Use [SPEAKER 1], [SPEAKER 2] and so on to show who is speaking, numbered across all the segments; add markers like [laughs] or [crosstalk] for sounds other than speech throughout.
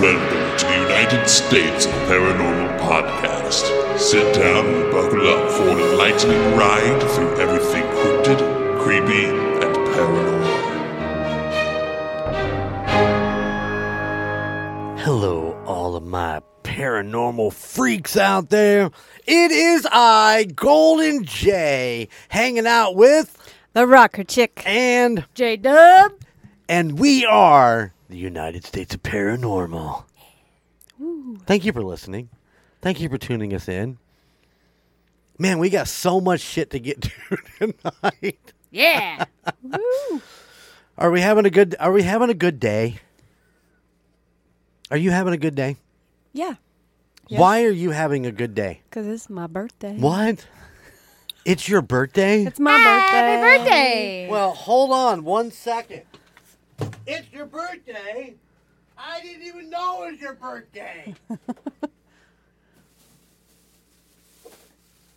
[SPEAKER 1] Welcome to the United States of Paranormal Podcast. Sit down and buckle up for an enlightening ride through everything cryptid, creepy, and paranormal.
[SPEAKER 2] Hello, all of my paranormal freaks out there. It is I, Golden J, hanging out with
[SPEAKER 3] The rocker chick.
[SPEAKER 2] and
[SPEAKER 3] J Dub.
[SPEAKER 2] and we are the United States of Paranormal. Thank you for listening. Thank you for tuning us in. Man, we got so much shit to get [laughs] to tonight. [laughs]
[SPEAKER 3] Yeah.
[SPEAKER 2] Are we having a good are we having a good day? Are you having a good day?
[SPEAKER 3] yeah. Yes.
[SPEAKER 2] Why are you having a good day?
[SPEAKER 3] Because it's my birthday.
[SPEAKER 2] What? It's your birthday?
[SPEAKER 3] It's my
[SPEAKER 4] Ah,
[SPEAKER 3] birthday.
[SPEAKER 2] Well, hold on one second. It's your birthday? I didn't even know it was your birthday.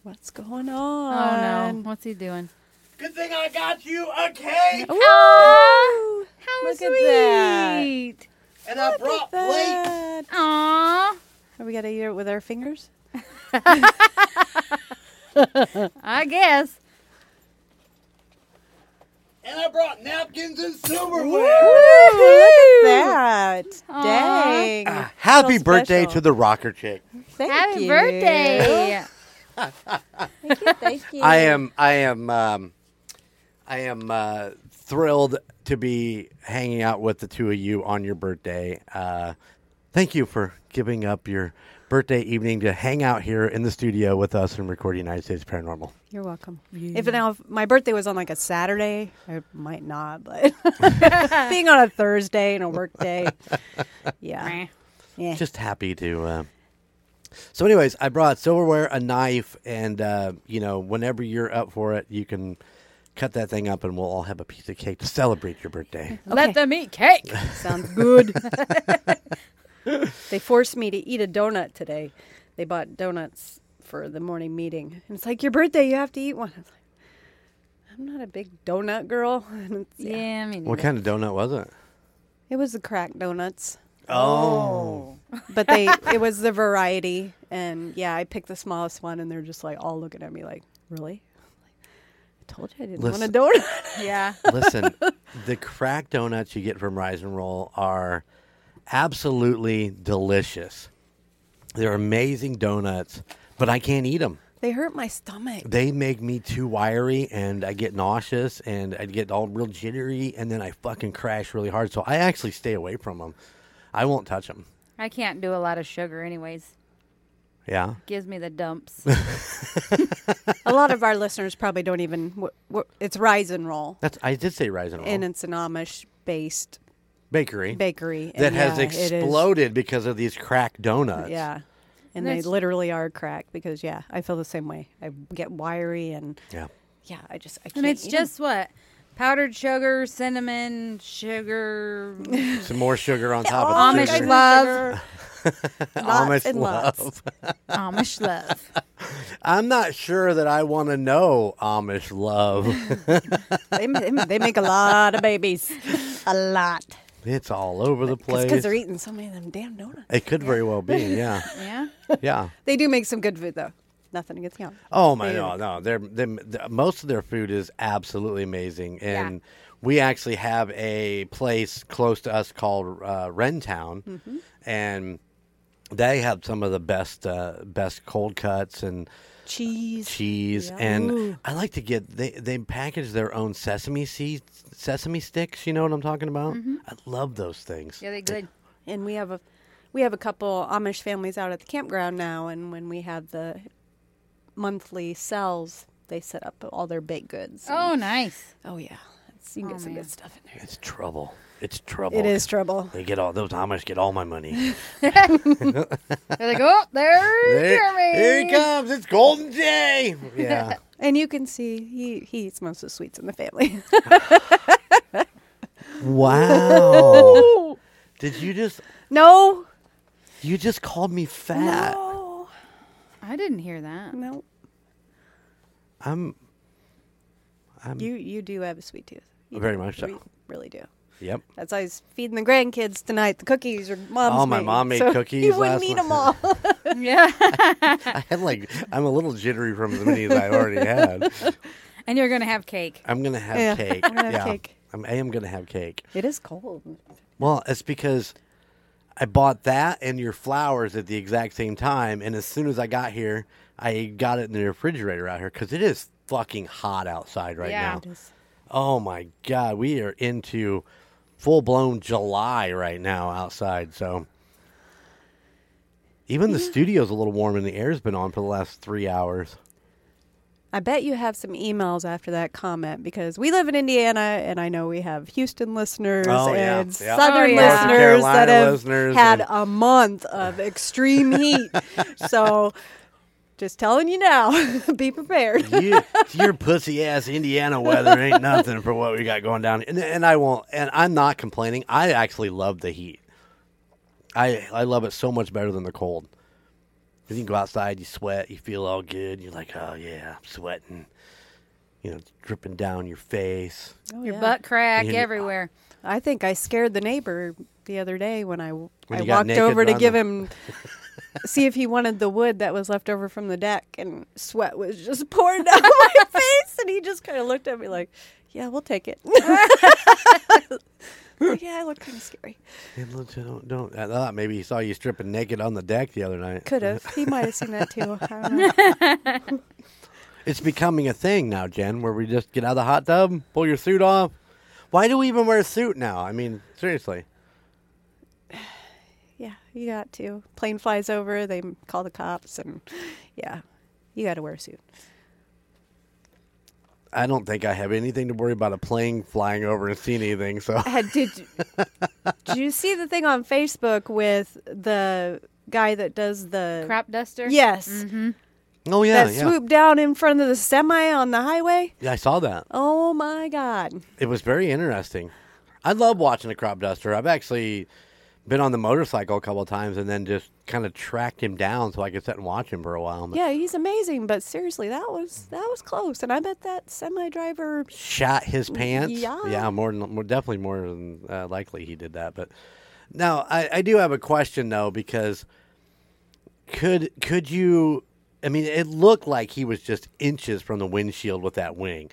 [SPEAKER 3] What's going
[SPEAKER 4] Oh
[SPEAKER 3] on?
[SPEAKER 4] no! What's he doing?
[SPEAKER 2] Good thing I got you a cake
[SPEAKER 3] no.
[SPEAKER 4] Aw, how
[SPEAKER 3] Look at that.
[SPEAKER 4] sweet!
[SPEAKER 2] and I brought plates.
[SPEAKER 4] Aw,
[SPEAKER 3] Are we got to eat it with our fingers?
[SPEAKER 4] I guess.
[SPEAKER 2] And I brought napkins and
[SPEAKER 3] Ooh,
[SPEAKER 2] silverware.
[SPEAKER 3] look at that.
[SPEAKER 4] Aw.
[SPEAKER 3] Dang.
[SPEAKER 2] Happy
[SPEAKER 3] So
[SPEAKER 2] birthday
[SPEAKER 3] special.
[SPEAKER 2] to the rocker chick.
[SPEAKER 3] Thank
[SPEAKER 4] Happy
[SPEAKER 3] you.
[SPEAKER 4] birthday!
[SPEAKER 3] Thank you. Thank you.
[SPEAKER 2] I am I am um I am uh thrilled to be hanging out with the two of you on your birthday. Uh thank you for giving up your birthday evening to hang out here in the studio with us and record United States Paranormal.
[SPEAKER 3] You're welcome. If now if my birthday was on like a Saturday, I might not,
[SPEAKER 4] [laughs]
[SPEAKER 3] but [laughs] being on a Thursday and a work day. Yeah.
[SPEAKER 4] Meh.
[SPEAKER 3] yeah.
[SPEAKER 2] Just happy to uh so, anyways, I brought silverware, a knife, and uh, you know, whenever you're up for it, you can cut that thing up, and we'll all have a piece of cake to celebrate your birthday.
[SPEAKER 3] Okay.
[SPEAKER 4] Let them eat cake.
[SPEAKER 3] Sounds good. [laughs] they forced me to eat a donut today. They bought donuts for the morning meeting. And it's like, your birthday, you have to eat one. I was like, I'm not a big donut girl. [laughs] And it's,
[SPEAKER 4] Yeah,
[SPEAKER 3] yeah.
[SPEAKER 4] I mean,
[SPEAKER 2] What kind of donut was it?
[SPEAKER 3] It was the crack donuts,
[SPEAKER 2] Oh.
[SPEAKER 3] but they it was the variety. And yeah, I picked the smallest one, and they're just like all looking at me like, really? I'm like, I told you I didn't
[SPEAKER 2] Listen-
[SPEAKER 3] want a donut. [laughs]
[SPEAKER 4] yeah.
[SPEAKER 2] Listen, the crack donuts you get from Rise and Roll are absolutely delicious. They're amazing donuts, but I can't eat them.
[SPEAKER 3] they hurt
[SPEAKER 2] [laughs]
[SPEAKER 3] my stomach.
[SPEAKER 2] They make me too wiry and I get nauseous and I get all real jittery and then I fucking crash really hard. So I actually stay away from them. I won't touch them.
[SPEAKER 4] I can't do a lot of sugar, anyways.
[SPEAKER 2] Yeah.
[SPEAKER 4] Gives me
[SPEAKER 3] [laughs]
[SPEAKER 4] the dumps.
[SPEAKER 3] a lot of our listeners probably don't even. wh- wh- It's rise and roll.
[SPEAKER 2] That's I did say Rise and Roll.
[SPEAKER 3] and it's an Amish based
[SPEAKER 2] bakery.
[SPEAKER 3] bakery and
[SPEAKER 2] that has
[SPEAKER 3] yeah, it is-
[SPEAKER 2] exploded because of these crack donuts.
[SPEAKER 3] Yeah. And they
[SPEAKER 4] There's-
[SPEAKER 3] literally are cracked because yeah, I feel the same way. I get wiry and
[SPEAKER 2] Yeah.
[SPEAKER 3] yeah, I just I can't.
[SPEAKER 4] and it's
[SPEAKER 3] eat 'em.
[SPEAKER 4] just what powdered sugar, cinnamon,
[SPEAKER 3] [laughs]
[SPEAKER 4] sugar.
[SPEAKER 2] Some more sugar on top of the
[SPEAKER 4] Amish
[SPEAKER 2] sugar.
[SPEAKER 4] love.
[SPEAKER 2] [laughs] Amish
[SPEAKER 3] Lots and lots.
[SPEAKER 4] Amish love.
[SPEAKER 2] I'm not sure that I want to know Amish love. [laughs]
[SPEAKER 3] they, ma- they ma- they make a lot of babies, a lot,
[SPEAKER 2] it's all over the place.
[SPEAKER 3] because they're eating so many of them damn donuts.
[SPEAKER 2] it could very well be, yeah,
[SPEAKER 4] Yeah.
[SPEAKER 2] [laughs] yeah.
[SPEAKER 3] They do make some good food though. Nothing against them.
[SPEAKER 2] Oh my no, no. They're, they most of their food is absolutely amazing, and we actually have a place close to us called uh, Rentown, and they have some of the best uh, best cold cuts and
[SPEAKER 3] Cheese.
[SPEAKER 2] cheese and I like to get they they package their own sesame seeds sesame sticks, you know what I'm talking about? I love those things.
[SPEAKER 4] Yeah, they good.
[SPEAKER 3] and we have a we have a couple Amish families out at the campground now and when we have the monthly sales they set up all their baked goods.
[SPEAKER 4] Oh, nice.
[SPEAKER 3] Oh, yeah. It's, you can get some
[SPEAKER 4] man.
[SPEAKER 3] good stuff in there.
[SPEAKER 2] It's trouble. It's trouble.
[SPEAKER 3] It is trouble.
[SPEAKER 2] They get all those Amish get all my
[SPEAKER 3] [laughs]
[SPEAKER 2] money.
[SPEAKER 4] They're like, oh, there's Jeremy.
[SPEAKER 2] here he comes. It's Golden Jay. Yeah.
[SPEAKER 3] And you can see he, he eats most of the sweets in the family.
[SPEAKER 2] [laughs]
[SPEAKER 3] [laughs]
[SPEAKER 2] wow.
[SPEAKER 3] [laughs]
[SPEAKER 2] Did you just
[SPEAKER 3] no.
[SPEAKER 2] you just called me fat?
[SPEAKER 3] No.
[SPEAKER 4] I didn't hear [laughs] that.
[SPEAKER 3] No.
[SPEAKER 2] I'm I'm
[SPEAKER 3] You you do have a sweet tooth. You
[SPEAKER 2] Very
[SPEAKER 3] do.
[SPEAKER 2] much so.
[SPEAKER 3] You really do.
[SPEAKER 2] Yep.
[SPEAKER 3] That's I was feeding the grandkids tonight. The cookies or mom's.
[SPEAKER 2] Oh, my mom made
[SPEAKER 3] so [laughs]
[SPEAKER 2] cookies
[SPEAKER 3] You wouldn't
[SPEAKER 2] last
[SPEAKER 3] need
[SPEAKER 2] night.
[SPEAKER 3] them all.
[SPEAKER 2] [laughs]
[SPEAKER 4] yeah.
[SPEAKER 2] I had like I'm a little jittery from as many as I already
[SPEAKER 3] [laughs]
[SPEAKER 2] had.
[SPEAKER 4] and you're gonna have cake.
[SPEAKER 2] I'm gonna have
[SPEAKER 3] Yeah,
[SPEAKER 2] cake.
[SPEAKER 3] I'm gonna have
[SPEAKER 2] yeah.
[SPEAKER 3] cake.
[SPEAKER 2] I'm, I am gonna have cake.
[SPEAKER 3] it is cold.
[SPEAKER 2] Well, it's because I bought that and your flowers at the exact same time, and as soon as I got here, I got it in the refrigerator out here because it is fucking hot outside right
[SPEAKER 4] Yeah.
[SPEAKER 2] now. Oh my god, we are into full blown July right now outside. So even the studio's a little warm, and the air's been on for the last three hours.
[SPEAKER 3] I bet you have some emails after that comment because we live in Indiana and I know we have Houston listeners
[SPEAKER 2] Oh, yeah,
[SPEAKER 3] and
[SPEAKER 2] yeah.
[SPEAKER 3] Southern
[SPEAKER 4] Oh, yeah. North
[SPEAKER 3] listeners that
[SPEAKER 2] Carolina
[SPEAKER 3] have
[SPEAKER 2] listeners
[SPEAKER 3] had
[SPEAKER 2] and-
[SPEAKER 3] a month of
[SPEAKER 2] [laughs]
[SPEAKER 3] extreme heat. so just telling you now, [laughs] be prepared.
[SPEAKER 2] you, your pussy ass Indiana weather ain't nothing for what we got going down. here. And, and I won't. And I'm not complaining. I actually love the heat. I I love it so much better than the cold. 'Cause You can go outside, you sweat, you feel all good. You're like, oh yeah, I'm sweating. You know, it's dripping down your face.
[SPEAKER 4] Your butt crack
[SPEAKER 2] You-
[SPEAKER 4] everywhere.
[SPEAKER 3] I think I scared the neighbor the other day when I I
[SPEAKER 2] you got
[SPEAKER 3] walked
[SPEAKER 2] naked
[SPEAKER 3] over to
[SPEAKER 2] on
[SPEAKER 3] give
[SPEAKER 2] the- [laughs]
[SPEAKER 3] him see if he wanted the wood that was left over from the deck and sweat was just pouring [laughs] down my face and he just kind of looked at me like, "Yeah, we'll
[SPEAKER 2] [laughs]
[SPEAKER 3] take it." Like, yeah, I look kind of scary.
[SPEAKER 2] And look, don't don't. I thought maybe he saw you stripping naked on the deck the other night.
[SPEAKER 3] Could have. He might have seen that too. I don't know.
[SPEAKER 2] It's becoming a thing now, Jen, where we just get out of the hot tub, pull your suit off. Why do we even wear a suit now? I mean, seriously.
[SPEAKER 3] Yeah, you got to. Plane flies over. They call the cops, and yeah, you got to wear a suit.
[SPEAKER 2] I don't think I have anything to worry about a plane flying over and seeing anything. So
[SPEAKER 3] Uh, did
[SPEAKER 2] [laughs]
[SPEAKER 3] you, did you see the thing on Facebook with the guy that does the
[SPEAKER 4] Crop duster.
[SPEAKER 3] Yes,
[SPEAKER 4] Mm-hmm.
[SPEAKER 2] oh yeah,
[SPEAKER 3] that
[SPEAKER 2] yeah.
[SPEAKER 3] swooped down in front of the semi on the highway.
[SPEAKER 2] yeah, I saw that.
[SPEAKER 3] Oh my god!
[SPEAKER 2] It was very interesting. I love watching a crop duster. I've actually been on the motorcycle a couple of times and then just kind of tracked him down so I could sit and watch him for a while. But
[SPEAKER 3] Yeah, he's amazing. But seriously, that was that was close, and I bet that semi driver.
[SPEAKER 2] shot his pants.
[SPEAKER 3] Yeah.
[SPEAKER 2] more than more, definitely more than uh, likely he did that. But now I, I do have a question though because could could you? I mean, it looked like he was just inches from the windshield with that wing.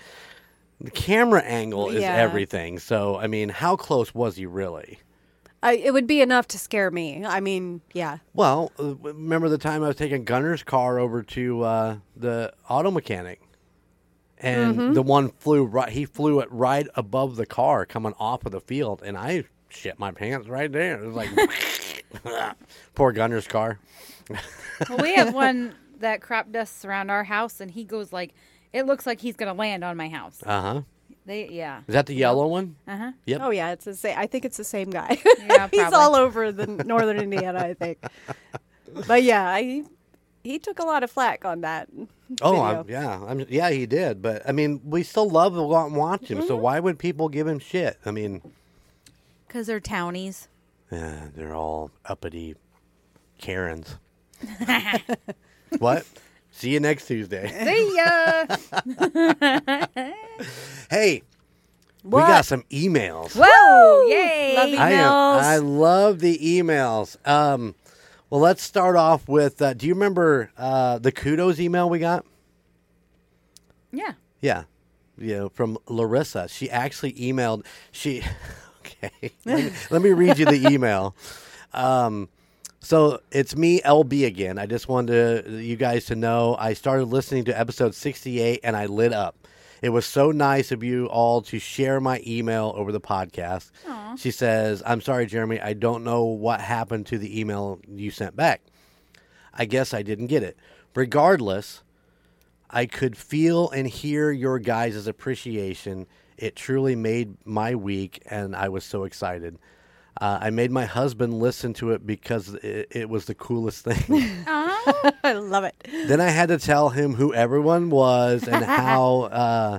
[SPEAKER 2] The camera angle is
[SPEAKER 3] Yeah.
[SPEAKER 2] everything. So I mean, how close was he really?
[SPEAKER 3] I, it would be enough to scare me. I mean, yeah,
[SPEAKER 2] Well, uh, remember the time I was taking Gunner's car over to uh, the auto mechanic, and the one flew right. He flew it right above the car coming off of the field, and I shit my pants right there. It was like [laughs] poor Gunner's car.
[SPEAKER 4] Well, we have one that crop dusts around our house, and he goes like, it looks like he's gonna land on my house.
[SPEAKER 2] Uh huh.
[SPEAKER 4] They yeah.
[SPEAKER 2] Is that the yellow one?
[SPEAKER 4] Uh huh.
[SPEAKER 2] Yep.
[SPEAKER 3] oh yeah, it's the same. I think it's the same guy.
[SPEAKER 4] Yeah,
[SPEAKER 3] [laughs] he's
[SPEAKER 4] probably.
[SPEAKER 3] all over the northern Indiana, I think. But yeah, I, he took a lot of flack on that.
[SPEAKER 2] oh, I,
[SPEAKER 3] video.
[SPEAKER 2] yeah. I'm, yeah, he did. But I mean, we still love to go out and watch him. So why would people give him shit? I mean,
[SPEAKER 4] Cause they're townies.
[SPEAKER 2] uh, they're all uppity Karens.
[SPEAKER 3] [laughs]
[SPEAKER 2] What? See you next Tuesday.
[SPEAKER 3] [laughs]
[SPEAKER 4] See ya. [laughs]
[SPEAKER 2] Hey, we
[SPEAKER 3] What?
[SPEAKER 2] got some emails.
[SPEAKER 4] Whoa! Yay!
[SPEAKER 3] Love you.
[SPEAKER 2] I am.
[SPEAKER 3] Emails.
[SPEAKER 2] I love the emails. Um, well, let's start off with. Uh, do you remember uh, the kudos email we got?
[SPEAKER 4] Yeah.
[SPEAKER 2] Yeah, you know, from Larissa. She actually emailed. She [laughs] okay. Let me, let me read you the email. Um, so it's me, LB again. I just wanted to, you guys to know I started listening to episode 68 and I lit up. It was so nice of you all to share my email over the podcast. She says, I'm sorry, Jeremy. I don't know what happened to the email you sent back. I guess I didn't get it. Regardless, I could feel and hear your guys' appreciation. It truly made my week, and I was so excited. Uh, I made my husband listen to it because it, it was the coolest [laughs] thing.
[SPEAKER 4] Oh,
[SPEAKER 3] [laughs] I love it.
[SPEAKER 2] then I had to tell him who everyone was and how uh,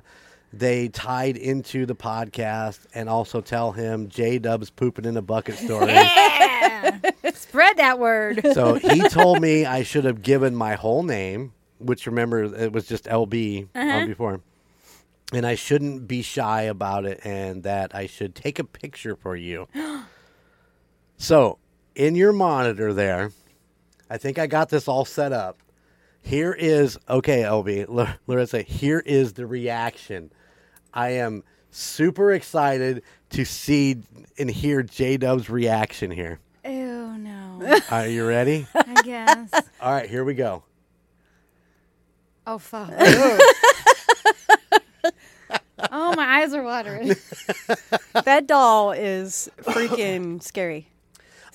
[SPEAKER 2] they tied into the podcast, and also tell him J Dub's pooping in a bucket story.
[SPEAKER 4] yeah. [laughs] Spread that word.
[SPEAKER 2] so he told me I should have given my whole name, which remember it was just LB on before. and I shouldn't be shy about it, and that I should take a picture for you. so, in your monitor there, I think I got this all set up. Here is okay, LB, L- Larissa. Here is the reaction. I am super excited to see and hear J Dub's reaction here.
[SPEAKER 4] Oh no.
[SPEAKER 2] Are you ready?
[SPEAKER 4] I [laughs] guess.
[SPEAKER 2] all right, here we go.
[SPEAKER 4] Oh fuck. [laughs] oh, my eyes are watering.
[SPEAKER 3] that doll is [laughs] freaking scary.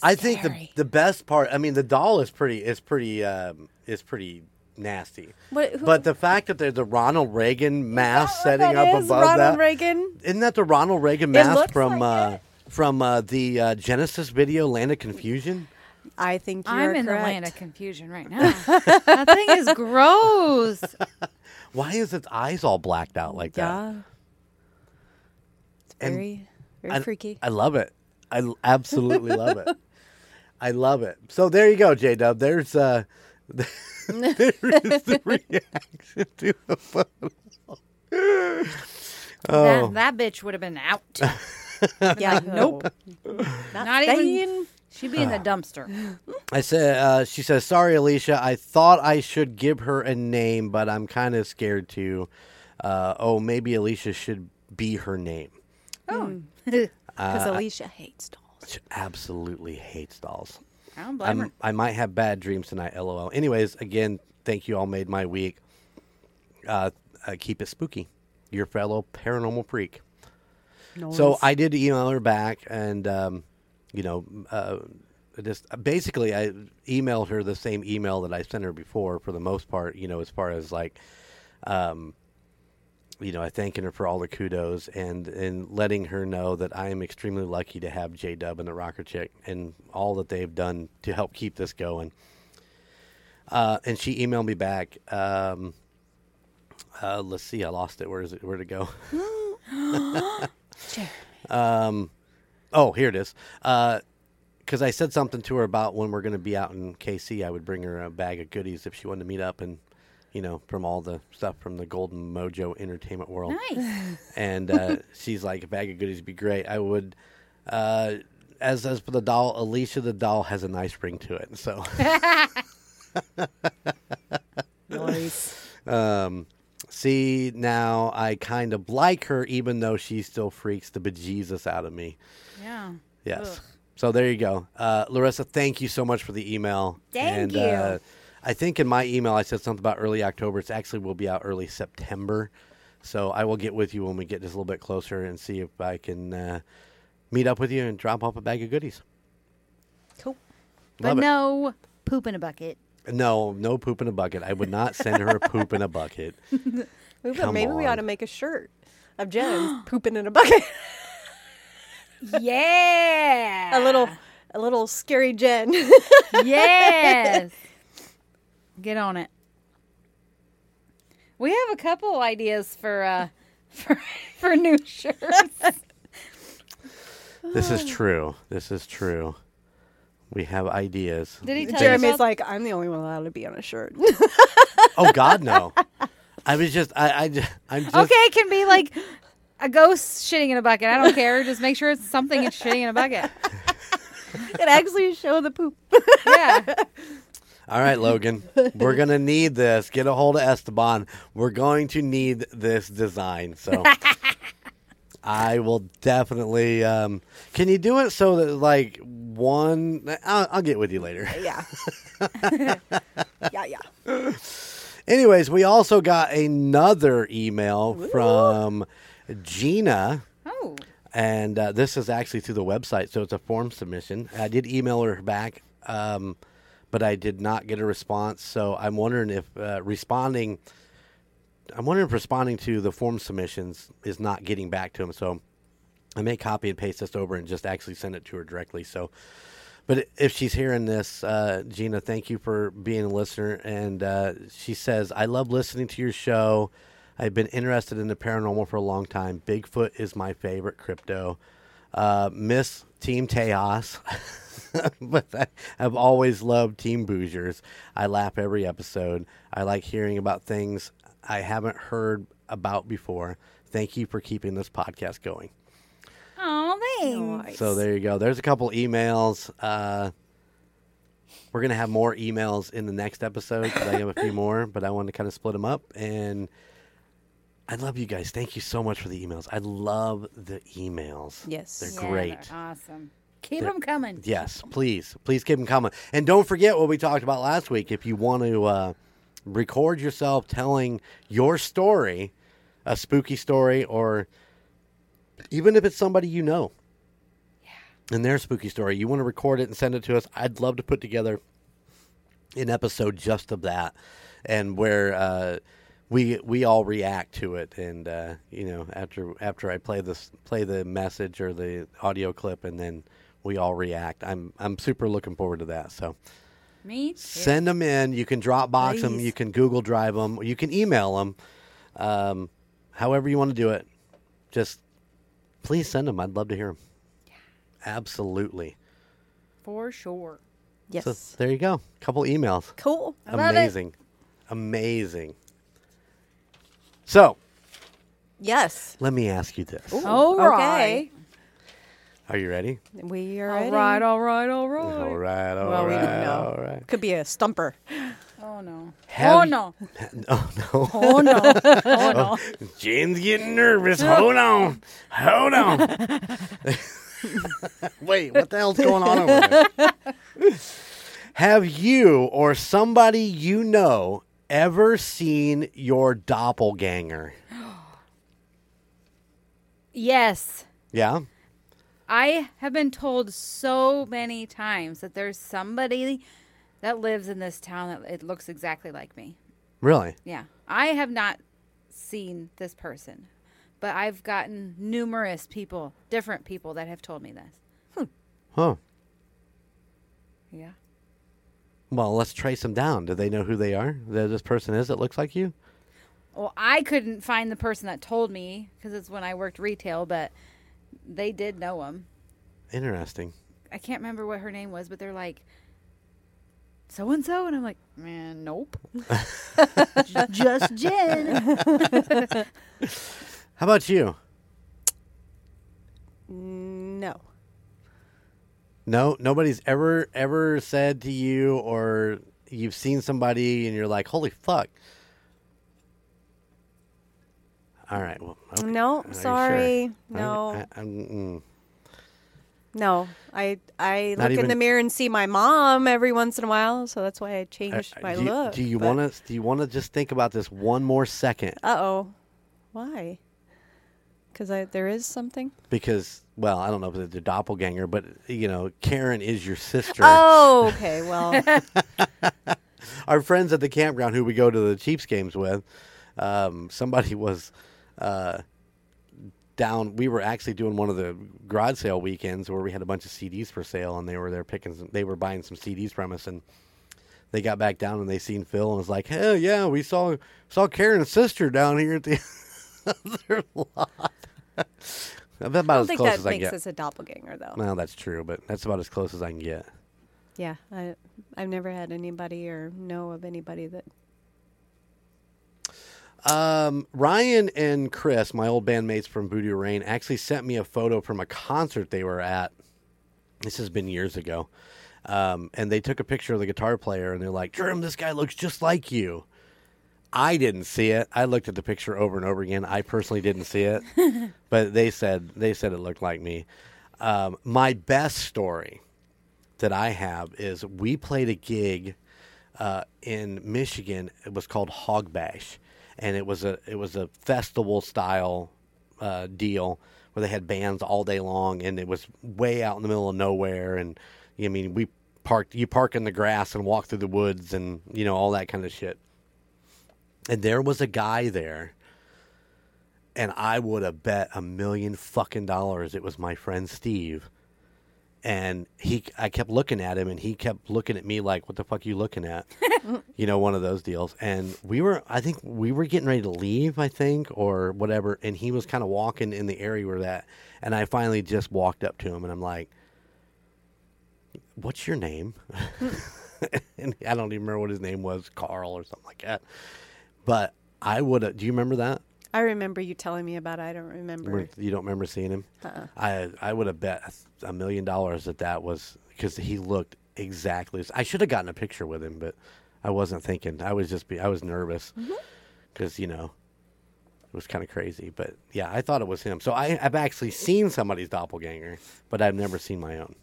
[SPEAKER 2] I think the
[SPEAKER 4] Scary.
[SPEAKER 2] the best part. I mean, the doll is pretty. Is pretty. Um, is pretty nasty.
[SPEAKER 3] What- who-
[SPEAKER 2] but the fact that there's a Ronald Reagan mask
[SPEAKER 3] that
[SPEAKER 2] setting up
[SPEAKER 3] is
[SPEAKER 2] above
[SPEAKER 3] Ronald
[SPEAKER 2] that,
[SPEAKER 3] Reagan.
[SPEAKER 2] isn't that the Ronald Reagan mask
[SPEAKER 3] looks
[SPEAKER 2] from
[SPEAKER 3] like
[SPEAKER 2] uh, from uh, the uh, Genesis video Land of Confusion?
[SPEAKER 3] I think you're
[SPEAKER 4] I'm in the
[SPEAKER 3] correct.
[SPEAKER 4] land of confusion right now. that thing [laughs] is gross.
[SPEAKER 2] Why is its eyes all blacked out like that?
[SPEAKER 3] Yeah. It's
[SPEAKER 2] And
[SPEAKER 3] very, very
[SPEAKER 2] I-
[SPEAKER 3] freaky.
[SPEAKER 2] I love it. I l- absolutely love it. I love it. So there you go, J Dub. There's uh, [laughs] there is
[SPEAKER 3] [laughs]
[SPEAKER 2] the reaction to the photo. Oh.
[SPEAKER 4] That, that bitch would have been out.
[SPEAKER 3] yeah, nope.
[SPEAKER 4] Not even.
[SPEAKER 3] staying.
[SPEAKER 4] She'd be
[SPEAKER 2] [sighs]
[SPEAKER 4] in the dumpster.
[SPEAKER 2] I said, uh, she says, sorry, Alicia. I thought I should give her a name, but I'm kind of scared to. Uh, oh, maybe Alicia should be her name.
[SPEAKER 4] Oh.
[SPEAKER 3] Because Alicia hates [laughs] dolls.
[SPEAKER 2] She absolutely hates dolls.
[SPEAKER 4] I don't blame her.
[SPEAKER 2] I'm, I might have bad dreams tonight, lol. Anyways, again, thank you all. Made my week. Uh, uh, keep it spooky. Your fellow paranormal freak. So I did email her back, and um, you know, uh, just basically, I emailed her the same email that I sent her before, for the most part. You know, as far as like, um, you know, I thanking her for all the kudos and and letting her know that I am extremely lucky to have J Dub and the Rocker Chick and all that they've done to help keep this going. Uh, and she emailed me back. Um, uh, let's see, I lost it. Where is it? Where'd it go? Oh, here it is. Because I said something to her about when we're going to be out in KC, I would bring her a bag of goodies if she wanted to meet up and, you know, from all the stuff from the Golden Mojo Entertainment World.
[SPEAKER 4] Nice.
[SPEAKER 2] [laughs] And uh, she's like, a bag of goodies would be great. I would, uh, as as for the doll, Alicia the doll has a nice ring to it. So.
[SPEAKER 3] Nice.
[SPEAKER 2] Um, see, now I kind of like her, even though she still freaks the bejesus out of me.
[SPEAKER 4] Yeah.
[SPEAKER 2] Yes. So there you go. Uh, Larissa, thank you so much for the email.
[SPEAKER 4] Thank
[SPEAKER 2] and,
[SPEAKER 4] you.
[SPEAKER 2] Uh, I think in my email I said something about early October. It's actually will be out early September. So I will get with you when we get just a little bit closer and see if I can uh, meet up with you and drop off a bag of goodies.
[SPEAKER 3] Cool.
[SPEAKER 4] But
[SPEAKER 2] Love it.
[SPEAKER 4] no poop in a bucket.
[SPEAKER 2] No, no poop in a bucket. I would not send her a poop in a bucket.
[SPEAKER 3] Maybe,
[SPEAKER 2] Come
[SPEAKER 3] maybe we
[SPEAKER 2] on.
[SPEAKER 3] ought to make a shirt [gasps] of Jen's pooping in a bucket. [laughs]
[SPEAKER 4] Yeah.
[SPEAKER 3] a
[SPEAKER 4] [laughs]
[SPEAKER 3] little, a little scary [laughs] Jen.
[SPEAKER 4] [laughs] yes. Get on it. We have a couple ideas for uh [laughs] for for new shirts.
[SPEAKER 2] This
[SPEAKER 4] Hmm.
[SPEAKER 2] is true. This is true. We have ideas.
[SPEAKER 4] Did he tell you
[SPEAKER 3] Jeremy's
[SPEAKER 4] about-
[SPEAKER 3] like, I'm the only one allowed to be on a [laughs] shirt.
[SPEAKER 2] Oh God, no.
[SPEAKER 4] [laughs]
[SPEAKER 2] I was just, I, I, ju- I'm just.
[SPEAKER 4] Okay, it can be like a ghost shitting in a bucket. I don't care. Just make sure it's something it's shitting in a bucket.
[SPEAKER 3] it actually show the poop.
[SPEAKER 4] [laughs] Yeah.
[SPEAKER 2] All right, Logan. We're gonna need this. Get a hold of Esteban. We're going to need this design. So
[SPEAKER 4] [laughs]
[SPEAKER 2] I will definitely. Um, can you do it so that like one? I'll, I'll get with you later.
[SPEAKER 3] Yeah. [laughs] yeah, yeah.
[SPEAKER 2] Anyways, we also got another email from Gina.
[SPEAKER 4] Oh.
[SPEAKER 2] and uh, this is actually through the website, so it's a form submission. I did email her back, um, but I did not get a response. So I'm wondering if uh, responding, I'm wondering if responding to the form submissions is not getting back to him. So I may copy and paste this over and just actually send it to her directly. So, but if she's hearing this, uh, Gina, thank you for being a listener. And uh, she says, I love listening to your show. I've been interested in the paranormal for a long time. Bigfoot is my favorite crypto. Uh, miss Team Teos, [laughs] but I, I've always loved Team Boozers. I laugh every episode. I like hearing about things I haven't heard about before. Thank you for keeping this podcast going.
[SPEAKER 4] Oh, thanks.
[SPEAKER 3] Nice.
[SPEAKER 2] So there you go. There's a couple emails. Uh, we're gonna have more emails in the next episode. 'cause I have a
[SPEAKER 3] [laughs]
[SPEAKER 2] few more, but I want to kind of split them up. And I love you guys. Thank you so much for the emails. I love the emails.
[SPEAKER 3] Yes.
[SPEAKER 2] they're
[SPEAKER 3] Yeah,
[SPEAKER 4] Yeah,
[SPEAKER 2] great.
[SPEAKER 4] they're awesome. Keep them coming.
[SPEAKER 2] Yes, please, please keep them coming, and don't forget what we talked about last week. If you want to uh, record yourself telling your story, a spooky story, or even if it's somebody you know, and their spooky story, you want to record it and send it to us. I'd love to put together an episode just of that, and where uh, we we all react to it. And uh, you know, after after I play this play the message or the audio clip, and then we all react. I'm I'm super looking forward to that. So
[SPEAKER 4] Me too.
[SPEAKER 2] send them in. You can Dropbox them.
[SPEAKER 3] Please.
[SPEAKER 2] You can Google Drive them. You can email them. Um, however you want to do it, just please send them. I'd love to hear them. Absolutely.
[SPEAKER 4] For sure.
[SPEAKER 3] Yes.
[SPEAKER 2] So there you go. Couple emails.
[SPEAKER 3] cool.
[SPEAKER 4] love it.
[SPEAKER 2] Amazing. Amazing. So
[SPEAKER 3] Yes.
[SPEAKER 2] let me ask you this.
[SPEAKER 4] All right.
[SPEAKER 2] Are you ready?
[SPEAKER 3] Okay. We are
[SPEAKER 4] All
[SPEAKER 3] ready.
[SPEAKER 4] right, all right, all right.
[SPEAKER 2] All right. all
[SPEAKER 3] Well, we
[SPEAKER 2] right,
[SPEAKER 3] didn't know.
[SPEAKER 2] All right.
[SPEAKER 3] Could be a stumper.
[SPEAKER 4] Oh, no.
[SPEAKER 2] Have
[SPEAKER 4] oh,
[SPEAKER 2] [laughs] you-
[SPEAKER 4] no.
[SPEAKER 2] Oh, no. [laughs]
[SPEAKER 4] Oh, no. Oh, no.
[SPEAKER 2] Jen's getting nervous.
[SPEAKER 4] [laughs]
[SPEAKER 2] Hold on. Hold on. [laughs] Wait, what the hell's going on over there?
[SPEAKER 4] [laughs]
[SPEAKER 2] Have you or somebody you know ever seen your doppelganger?
[SPEAKER 4] Yes.
[SPEAKER 2] Yeah?
[SPEAKER 4] I have been told so many times that there's somebody that lives in this town that it looks exactly like me.
[SPEAKER 2] Really?
[SPEAKER 4] Yeah. I have not seen this person, but I've gotten numerous people, different people that have told me this.
[SPEAKER 2] Huh.
[SPEAKER 4] Yeah.
[SPEAKER 2] Well, let's trace them down. Do they know who they are? That this person is that looks like you?
[SPEAKER 4] Well, I couldn't find the person that told me because it's when I worked retail, but they did know him.
[SPEAKER 2] Interesting.
[SPEAKER 4] I can't remember what her name was, but they're like, so and so. And I'm like, man, nope. J- [laughs] Just Jen.
[SPEAKER 2] How about you?
[SPEAKER 3] No.
[SPEAKER 2] No, nobody's ever ever said to you or you've seen somebody and you're like, "Holy fuck." All right. Well, okay. Are
[SPEAKER 3] No,
[SPEAKER 2] you sure?
[SPEAKER 3] sorry.
[SPEAKER 2] I-
[SPEAKER 3] No.
[SPEAKER 2] I, I'm- mm.
[SPEAKER 3] No, I I
[SPEAKER 2] Not
[SPEAKER 3] look in the
[SPEAKER 2] even-
[SPEAKER 3] mirror and see my mom every once in a while, so that's why I
[SPEAKER 2] Uh,
[SPEAKER 3] changed my
[SPEAKER 2] do you,
[SPEAKER 3] look.
[SPEAKER 2] Do you want to do you want to just think about this one more second
[SPEAKER 3] Uh oh, why? Because I there is something.
[SPEAKER 2] because well, I don't know if it's a doppelganger, but you know, Karen is your sister. [laughs]
[SPEAKER 3] Oh, okay. Well,
[SPEAKER 2] our friends at the campground who we go to the Chiefs games with, um, somebody [laughs] was uh, down. We were actually doing one of the garage sale weekends where we had a bunch of CDs for sale, and they were there picking. Some, they were buying some CDs from us, and they got back down and they seen Phil and was like, "Hell yeah, we saw saw Karen's sister down here at the [laughs] other lot." [laughs] That's
[SPEAKER 3] I
[SPEAKER 2] about
[SPEAKER 3] don't
[SPEAKER 2] as
[SPEAKER 3] think
[SPEAKER 2] close
[SPEAKER 3] that
[SPEAKER 2] as I can
[SPEAKER 3] makes
[SPEAKER 2] get.
[SPEAKER 3] us a doppelganger, though.
[SPEAKER 2] Well, that's true, but that's about as close as I can get.
[SPEAKER 3] Yeah, I I've never had anybody or know of anybody that.
[SPEAKER 2] Um, Ryan and Chris, my old bandmates from Voodoo Rain, actually sent me a photo from a concert they were at. This has been years ago. Um, and they took a picture of the guitar player and they're like, Jerem, this guy looks just like you. I didn't see it. I looked at the picture over and over again. I personally didn't see it, but they said they said it looked like me. Um, my best story that I have is we played a gig uh, in Michigan. It was called Hog Bash, and it was a it was a festival style uh, deal where they had bands all day long, and it was way out in the middle of nowhere. And I mean, we parked you park in the grass and walk through the woods, and you know all that kind of shit. And there was a guy there. And I would have bet a million fucking dollars it was my friend Steve and he I kept looking at him and he kept looking at me like what the fuck you looking at you know one of those deals and we were I think we were getting ready to leave I think or whatever and he was kind of walking in the area where that and I finally just walked up to him and I'm like what's your name [laughs] and I don't even remember what his name was Carl or something like that but I would have do you remember that
[SPEAKER 3] I remember you telling me about. It. I don't remember.
[SPEAKER 2] Where You don't remember seeing him?
[SPEAKER 3] Uh-uh.
[SPEAKER 2] I I would have bet a th- a million dollars that that was because he looked exactly. as- I should have gotten a picture with him, but I wasn't thinking. I was just be, I was nervous
[SPEAKER 3] Mm-hmm.
[SPEAKER 2] because you know it was kind of crazy. But yeah, I thought it was him. So I I've actually seen somebody's doppelganger, but I've never seen my own.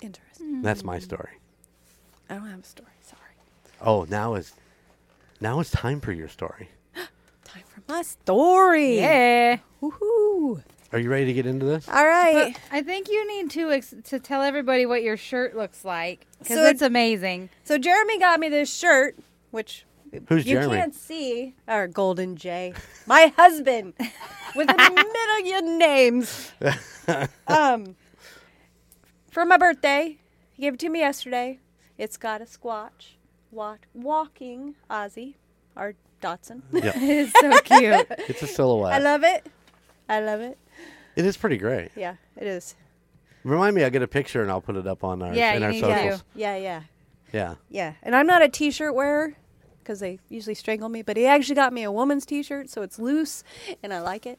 [SPEAKER 3] Interesting.
[SPEAKER 2] That's
[SPEAKER 3] Mm-hmm.
[SPEAKER 2] my story.
[SPEAKER 3] I don't have a story. Sorry.
[SPEAKER 2] Oh, now is now it's time for your story.
[SPEAKER 3] Time for my story.
[SPEAKER 4] [laughs] Yeah.
[SPEAKER 3] Woohoo.
[SPEAKER 2] Are you ready to get into this?
[SPEAKER 3] All right.
[SPEAKER 4] I think you need to ex- to tell everybody what your shirt looks like because
[SPEAKER 3] So
[SPEAKER 4] it's
[SPEAKER 3] it-
[SPEAKER 4] amazing.
[SPEAKER 3] So Jeremy got me this shirt, which
[SPEAKER 2] Who's
[SPEAKER 3] Uh, you
[SPEAKER 2] Jeremy?
[SPEAKER 3] can't see. Our golden Jay, my husband, with a [laughs] million names. Um, for my birthday, he gave it to me yesterday. It's got a squatch, wa- walking Ozzy, our Dotson.
[SPEAKER 2] Yeah,
[SPEAKER 4] [laughs] It's so cute.
[SPEAKER 2] it's a silhouette.
[SPEAKER 3] I love it. I love it.
[SPEAKER 2] it is pretty great.
[SPEAKER 3] Yeah, it is.
[SPEAKER 2] Remind me, I'll get a picture and I'll put it up on our
[SPEAKER 4] Yeah,
[SPEAKER 2] in
[SPEAKER 4] you
[SPEAKER 2] our
[SPEAKER 4] need
[SPEAKER 2] socials.
[SPEAKER 4] to.
[SPEAKER 3] Yeah, yeah.
[SPEAKER 2] Yeah.
[SPEAKER 3] Yeah, and I'm not a t-shirt wearer because they usually strangle me. But he actually got me a woman's t-shirt, so it's loose, and I like it.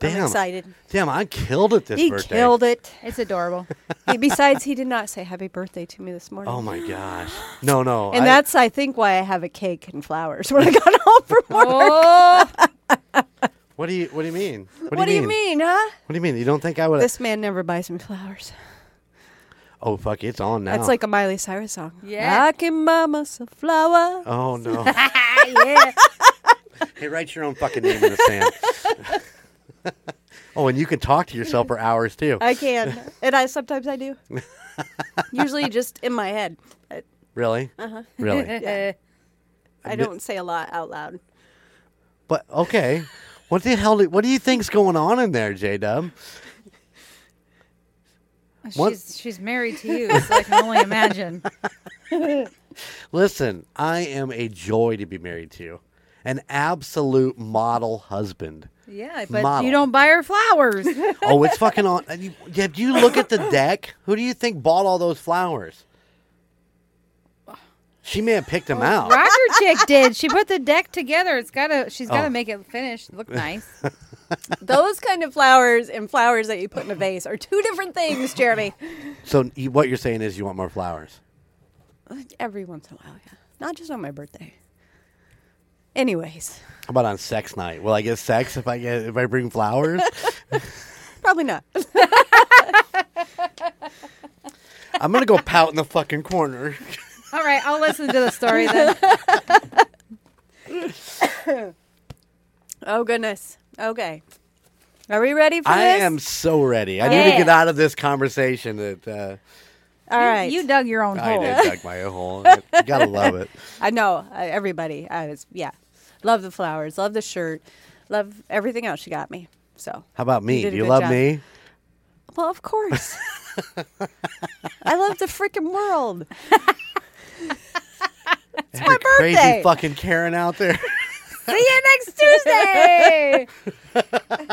[SPEAKER 2] Damn.
[SPEAKER 3] I'm excited.
[SPEAKER 2] Damn, I killed it this
[SPEAKER 3] he
[SPEAKER 2] birthday.
[SPEAKER 3] killed it.
[SPEAKER 4] It's adorable.
[SPEAKER 2] [laughs]
[SPEAKER 3] He- Besides, he did not say happy birthday to me this morning.
[SPEAKER 2] Oh my gosh. No, no.
[SPEAKER 3] and
[SPEAKER 2] I-
[SPEAKER 3] that's, I think, why I have a cake and flowers [laughs] when I got home from work.
[SPEAKER 4] [laughs] Oh,
[SPEAKER 2] What do you what do you mean?
[SPEAKER 3] what, do you mean, huh?
[SPEAKER 2] What do you mean? You don't think I would
[SPEAKER 3] This man never buys me flowers.
[SPEAKER 2] Oh fuck, it's on now.
[SPEAKER 3] That's like a Miley Cyrus song.
[SPEAKER 4] Yeah.
[SPEAKER 3] I can buy myself flowers.
[SPEAKER 2] Oh
[SPEAKER 3] [laughs]
[SPEAKER 2] no.
[SPEAKER 4] yeah.
[SPEAKER 2] hey, write your own fucking name in the sand. [laughs] oh, and you can talk to yourself for hours too.
[SPEAKER 3] I can,
[SPEAKER 2] [laughs]
[SPEAKER 3] and I sometimes I do. Usually, just in my head. I,
[SPEAKER 2] really? Uh-huh.
[SPEAKER 3] [laughs]
[SPEAKER 2] Really?
[SPEAKER 3] I don't say a lot out loud.
[SPEAKER 2] But okay. What the hell do, what do you think's going on in there, J Dub? What?
[SPEAKER 4] she's she's married to you, so I can only imagine.
[SPEAKER 2] Listen, I am a joy to be married to. An absolute model husband.
[SPEAKER 4] Yeah, but
[SPEAKER 2] Model.
[SPEAKER 4] you don't buy her flowers.
[SPEAKER 2] Oh, it's fucking on. and you- yeah, Do you look at
[SPEAKER 3] [laughs]
[SPEAKER 2] the deck? Who do you think bought all those flowers? She may have picked
[SPEAKER 3] Oh,
[SPEAKER 2] them out.
[SPEAKER 4] Rocker chick did. She put the deck together. It's gotta. She's gotta
[SPEAKER 2] Oh.
[SPEAKER 4] make it
[SPEAKER 2] [laughs]
[SPEAKER 4] finished look nice.
[SPEAKER 3] Those kind of flowers and flowers that you put in a vase are two different things, Jeremy.
[SPEAKER 2] So you, what you're saying is you want more flowers?
[SPEAKER 3] Every once in a while, yeah. Not just on my birthday. Anyways,
[SPEAKER 2] How about on sex night? Will I get sex if I get if I bring flowers?
[SPEAKER 3] probably not. [laughs]
[SPEAKER 2] I'm gonna go pout in the fucking
[SPEAKER 3] [laughs]
[SPEAKER 2] corner.
[SPEAKER 4] All right, I'll listen to the story then.
[SPEAKER 3] oh, goodness. Okay. Are we ready for
[SPEAKER 2] I
[SPEAKER 3] this?
[SPEAKER 2] am so ready. I need to get
[SPEAKER 4] Yeah.
[SPEAKER 2] out of this conversation. That uh,
[SPEAKER 3] All right.
[SPEAKER 4] You dug your own
[SPEAKER 2] I
[SPEAKER 3] Oh.
[SPEAKER 4] hole.
[SPEAKER 2] did dug my own
[SPEAKER 3] [laughs]
[SPEAKER 2] hole. You gotta love it.
[SPEAKER 3] I know uh, everybody. I was, yeah. Love the flowers. Love the shirt. Love everything else she got me. So,
[SPEAKER 2] How about me?
[SPEAKER 3] You did a
[SPEAKER 2] do you
[SPEAKER 3] good
[SPEAKER 2] love
[SPEAKER 3] job.
[SPEAKER 2] me?
[SPEAKER 3] well, of
[SPEAKER 2] [laughs]
[SPEAKER 3] course. I love the freaking
[SPEAKER 2] [laughs]
[SPEAKER 3] world.
[SPEAKER 2] It's my Crazy
[SPEAKER 3] birthday.
[SPEAKER 2] fucking Karen out there.
[SPEAKER 4] See you next Tuesday.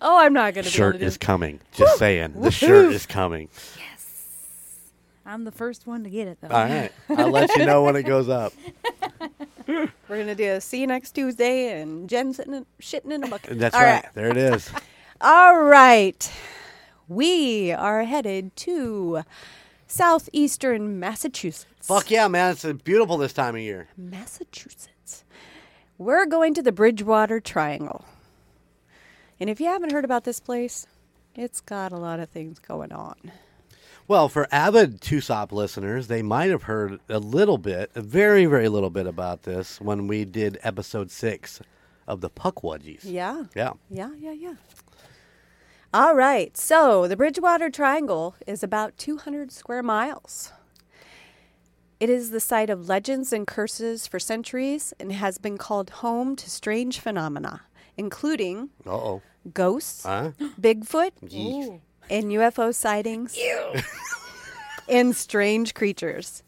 [SPEAKER 3] Oh, I'm not going to be able to
[SPEAKER 2] shirt
[SPEAKER 3] do
[SPEAKER 2] is coming. Just saying, the shirt is coming.
[SPEAKER 4] I'm the first one to get it though.
[SPEAKER 2] All
[SPEAKER 3] [laughs]
[SPEAKER 2] right, I'll let you know when it goes up.
[SPEAKER 3] We're gonna do a see you next Tuesday, and Jen sitting in, shitting in a
[SPEAKER 2] [laughs]
[SPEAKER 3] bucket.
[SPEAKER 2] That's
[SPEAKER 3] All
[SPEAKER 2] right. There it is.
[SPEAKER 3] All right, we are headed to southeastern Massachusetts.
[SPEAKER 2] Fuck yeah, man! It's beautiful this time of year.
[SPEAKER 3] Massachusetts. We're going to the Bridgewater Triangle, and if you haven't heard about this place, it's got a lot of things going on.
[SPEAKER 2] Well, for avid Tusop listeners, they might have heard a little bit, a very, very little bit about this when we did episode six of the Puckwudgies.
[SPEAKER 3] Yeah.
[SPEAKER 2] Yeah.
[SPEAKER 3] Yeah, yeah, yeah. All right. So the Bridgewater Triangle is about 200 square miles. It is the site of legends and curses for centuries and has been called home to strange phenomena, including
[SPEAKER 2] Uh oh.
[SPEAKER 3] ghosts,
[SPEAKER 2] Huh?
[SPEAKER 3] Bigfoot,
[SPEAKER 2] Yeesh.
[SPEAKER 3] and UFO sightings, and strange creatures.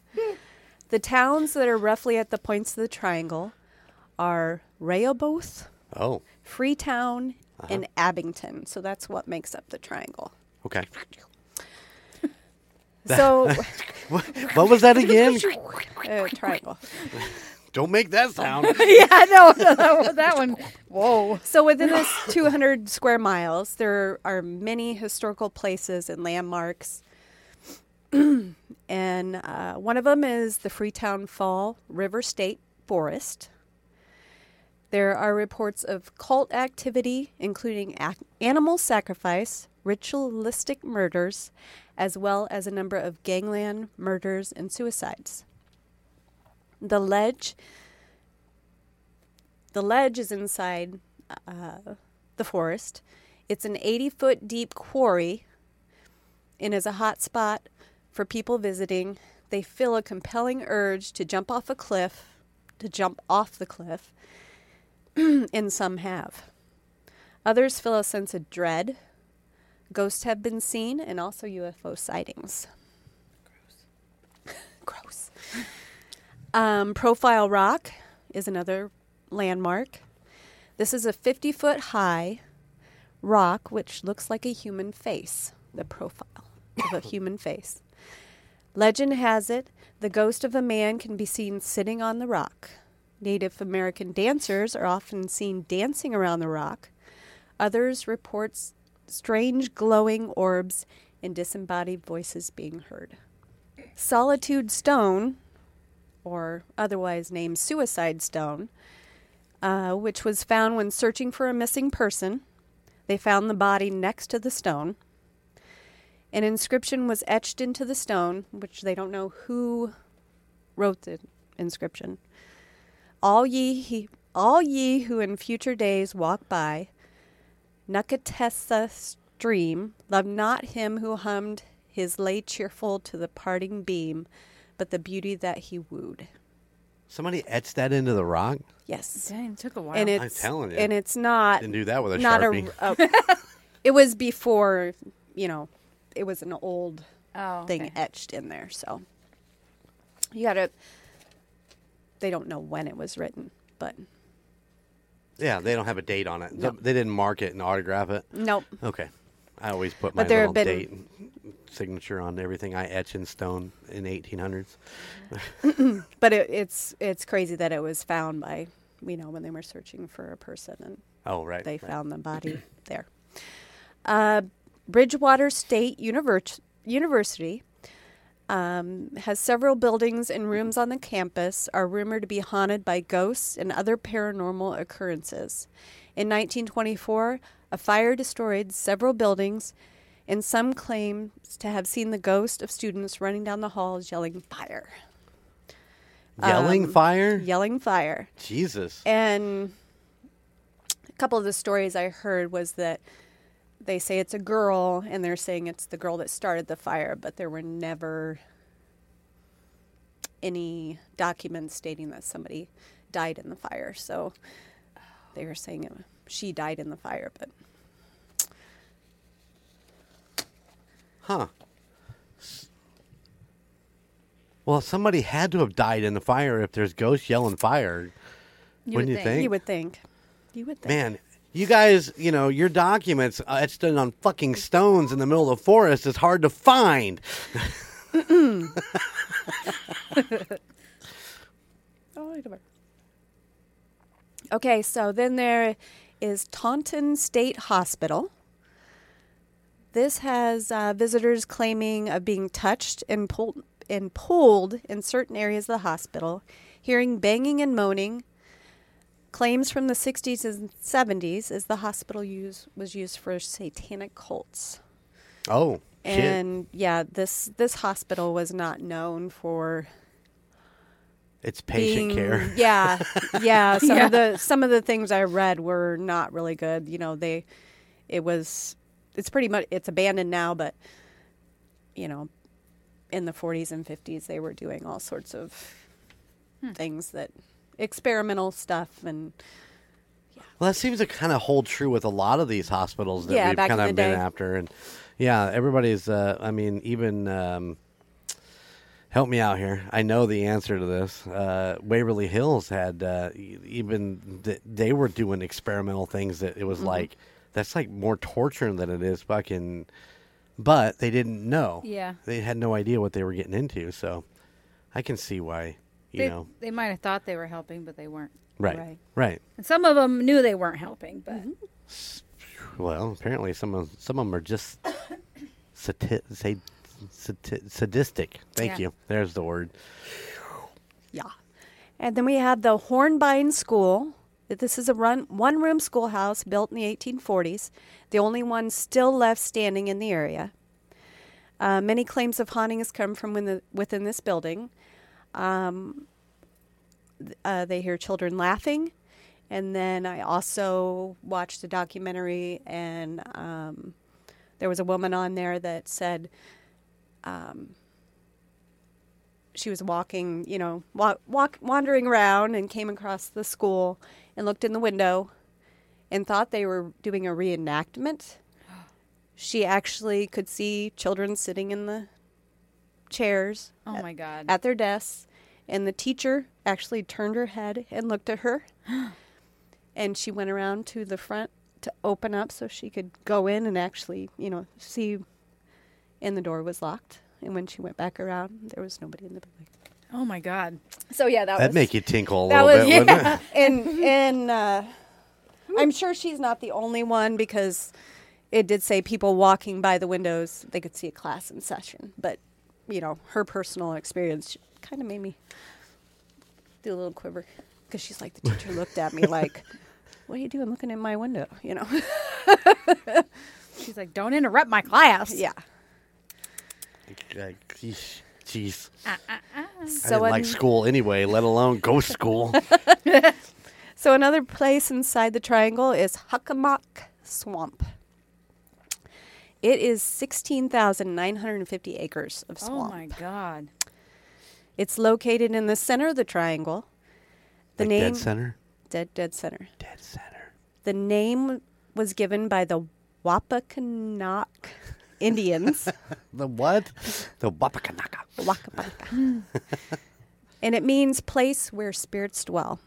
[SPEAKER 3] The towns that are roughly at the points of the triangle are Rehoboth,
[SPEAKER 2] Oh.
[SPEAKER 3] Freetown, and Abington. So that's what makes up the triangle.
[SPEAKER 2] Okay.
[SPEAKER 3] So, [laughs]
[SPEAKER 2] What was that again?
[SPEAKER 3] uh, triangle.
[SPEAKER 2] Don't make that
[SPEAKER 3] [laughs]
[SPEAKER 2] sound.
[SPEAKER 4] [laughs] yeah, no, no, [laughs] that one. That one. Whoa.
[SPEAKER 3] So within this 200 square miles, there are many historical places and landmarks. [clears throat] and uh, one of them is the Freetown Fall River State Forest. There are reports of cult activity, including ac- animal sacrifice, ritualistic murders, as well as a number of gangland murders and suicides. The ledge the ledge is inside uh, the forest. It's an 80 foot deep quarry and is a hot spot for people visiting. They feel a compelling urge to jump off a cliff, to jump off the cliff, [clears throat] and some have. Others feel a sense of dread. Ghosts have been seen and also UFO sightings. [laughs] Gross. Gross. Um, Profile Rock is another landmark. This is a 50 foot high rock which looks like a human face, the profile of a human face. Legend has it the ghost of a man can be seen sitting on the rock. Native American dancers are often seen dancing around the rock. Others report s- strange glowing orbs and disembodied voices being heard. Solitude Stone, or otherwise named Suicide Stone, uh, which was found when searching for a missing person. They found the body next to the stone. An inscription was etched into the stone, which they don't know who wrote the inscription. All ye, he, all ye who in future days walk by Nukatessa stream, love not him who hummed his lay cheerful to the parting beam, but the beauty that he wooed.
[SPEAKER 2] Somebody etched that into the rock.
[SPEAKER 3] Yes.
[SPEAKER 4] Dang, took a while.
[SPEAKER 3] And it's
[SPEAKER 2] telling you.
[SPEAKER 3] and it's not
[SPEAKER 2] Didn't do that with a
[SPEAKER 3] not
[SPEAKER 2] sharpie. [laughs]
[SPEAKER 3] a, a- It was before, you know, it was an old
[SPEAKER 4] oh,
[SPEAKER 3] thing
[SPEAKER 4] okay.
[SPEAKER 3] etched in there. So you got to. They don't know when it was written, but
[SPEAKER 2] Yeah, they don't have a date on it.
[SPEAKER 3] No.
[SPEAKER 2] They didn't mark it and autograph it.
[SPEAKER 3] nope.
[SPEAKER 2] Okay. I always put my
[SPEAKER 3] But there
[SPEAKER 2] little
[SPEAKER 3] have been-
[SPEAKER 2] date and signature on everything I etch in stone in 1800s.
[SPEAKER 3] But it, it's it's crazy that it was found by you know when they were searching for a person and
[SPEAKER 2] Oh, right.
[SPEAKER 3] they
[SPEAKER 2] right.
[SPEAKER 3] found the body there. Uh, Bridgewater State Univers- University um, has several buildings and rooms on the campus are rumored to be haunted by ghosts and other paranormal occurrences. In 1924, a fire destroyed several buildings, and some claim to have seen the ghost of students running down the halls yelling fire,
[SPEAKER 2] Yelling
[SPEAKER 3] um,
[SPEAKER 2] fire?
[SPEAKER 3] yelling fire.
[SPEAKER 2] Jesus.
[SPEAKER 3] And a couple of the stories I heard was that they say it's a girl and they're saying it's the girl that started the fire, but there were never any documents stating that somebody died in the fire. So they were saying it, she died in the fire, but
[SPEAKER 2] Huh. S- Well, somebody had to have died in the fire if there's ghosts yelling fire. Wouldn't
[SPEAKER 4] would
[SPEAKER 2] you
[SPEAKER 4] think.
[SPEAKER 2] think?
[SPEAKER 3] you would think. You would think.
[SPEAKER 2] Man, you guys, you know, your documents uh, etched in on fucking stones in the middle of the forest is hard to find.
[SPEAKER 3] Oh, wait a minute. Okay, so then there is Taunton State Hospital. This has uh, visitors claiming of being touched and pulled and pulled in certain areas of the hospital, hearing banging and moaning. Claims from the 60s and 70s is the hospital use, was used for satanic cults
[SPEAKER 2] Oh, shit.
[SPEAKER 3] and yeah this this hospital was not known for
[SPEAKER 2] It's patient
[SPEAKER 3] being-
[SPEAKER 2] care.
[SPEAKER 3] Yeah,
[SPEAKER 2] [laughs]
[SPEAKER 3] yeah. Some of the some of the things I read were not really good. You know, they it was it's pretty much it's abandoned now, but you know, in the 40s and 50s, they were doing all sorts of
[SPEAKER 2] Hmm.
[SPEAKER 3] things that experimental stuff and
[SPEAKER 2] Well, that seems to kind of hold true with a lot of these hospitals that
[SPEAKER 3] Yeah,
[SPEAKER 2] we've
[SPEAKER 3] back in
[SPEAKER 2] kind
[SPEAKER 3] the
[SPEAKER 2] of been
[SPEAKER 3] day.
[SPEAKER 2] after, and yeah, everybody's. Uh, I mean, even um, help me out here. I know the answer to this. Uh, Waverly Hills had uh, e- even th- they were doing experimental things that it was
[SPEAKER 3] Mm-hmm.
[SPEAKER 2] like that's like more torture than it is fucking. But they didn't know.
[SPEAKER 4] Yeah.
[SPEAKER 2] they had no idea what they were getting into. So I can see why You
[SPEAKER 4] they,
[SPEAKER 2] know,
[SPEAKER 4] they might have thought they were helping, but they weren't.
[SPEAKER 2] right, right,
[SPEAKER 3] right.
[SPEAKER 4] And some of them knew they weren't helping, but
[SPEAKER 3] Mm-hmm.
[SPEAKER 2] Well, apparently some of some of them are just sati- say, sati- sadistic. Thank
[SPEAKER 4] Yeah.
[SPEAKER 2] you. There's the word.
[SPEAKER 3] Yeah. And then we had the Hornbein School. This is a run, one room schoolhouse built in the 1840s, the only one still left standing in the area. Uh, many claims of haunting has come from within, within this building. Um, th- uh, they hear children laughing. And then I also watched a documentary, and um, there was a woman on there that said um, she was walking, you know, walk, walk wandering around and came across the school and looked in the window and thought they were doing a reenactment. She actually could see children sitting in the chairs
[SPEAKER 4] oh my god,
[SPEAKER 3] at their desks, and the teacher actually turned her head and looked at her. and she went around to the front to open up so she could go in and actually, you know, see. And the door was locked. And when she went back around, there was nobody in the building.
[SPEAKER 4] oh my god.
[SPEAKER 3] So yeah, that
[SPEAKER 2] That'd
[SPEAKER 3] was
[SPEAKER 2] make you tinkle a
[SPEAKER 3] that
[SPEAKER 2] little
[SPEAKER 3] was
[SPEAKER 2] bit,
[SPEAKER 3] [laughs]
[SPEAKER 2] wouldn't it?
[SPEAKER 3] yeah. and and uh, I'm sure she's not the only one because it did say people walking by the windows they could see a class in session, but you know her personal experience kind of made me do a little quiver because she's like the teacher looked at me like, "What are you doing looking in my window?" You know. [laughs]
[SPEAKER 4] She's like, don't interrupt my class.
[SPEAKER 3] yeah.
[SPEAKER 2] Like, yeesh, Jeez. I
[SPEAKER 3] So
[SPEAKER 2] didn't like
[SPEAKER 3] an-
[SPEAKER 2] school anyway, let alone ghost
[SPEAKER 3] [laughs]
[SPEAKER 2] school.
[SPEAKER 3] So another place inside the triangle is Hockomock Swamp. It is 16,950 acres of
[SPEAKER 4] Oh
[SPEAKER 3] swamp.
[SPEAKER 4] my
[SPEAKER 3] [laughs]
[SPEAKER 4] god.
[SPEAKER 3] It's located in the center of the triangle. The
[SPEAKER 2] Like
[SPEAKER 3] name
[SPEAKER 2] Dead center.
[SPEAKER 3] dead dead center.
[SPEAKER 2] Dead center.
[SPEAKER 3] The name was given by the Wapakanak
[SPEAKER 2] [laughs]
[SPEAKER 3] Indians.
[SPEAKER 2] The what? The Wapakanaka.
[SPEAKER 3] Wakapaka. and it means place where spirits dwell.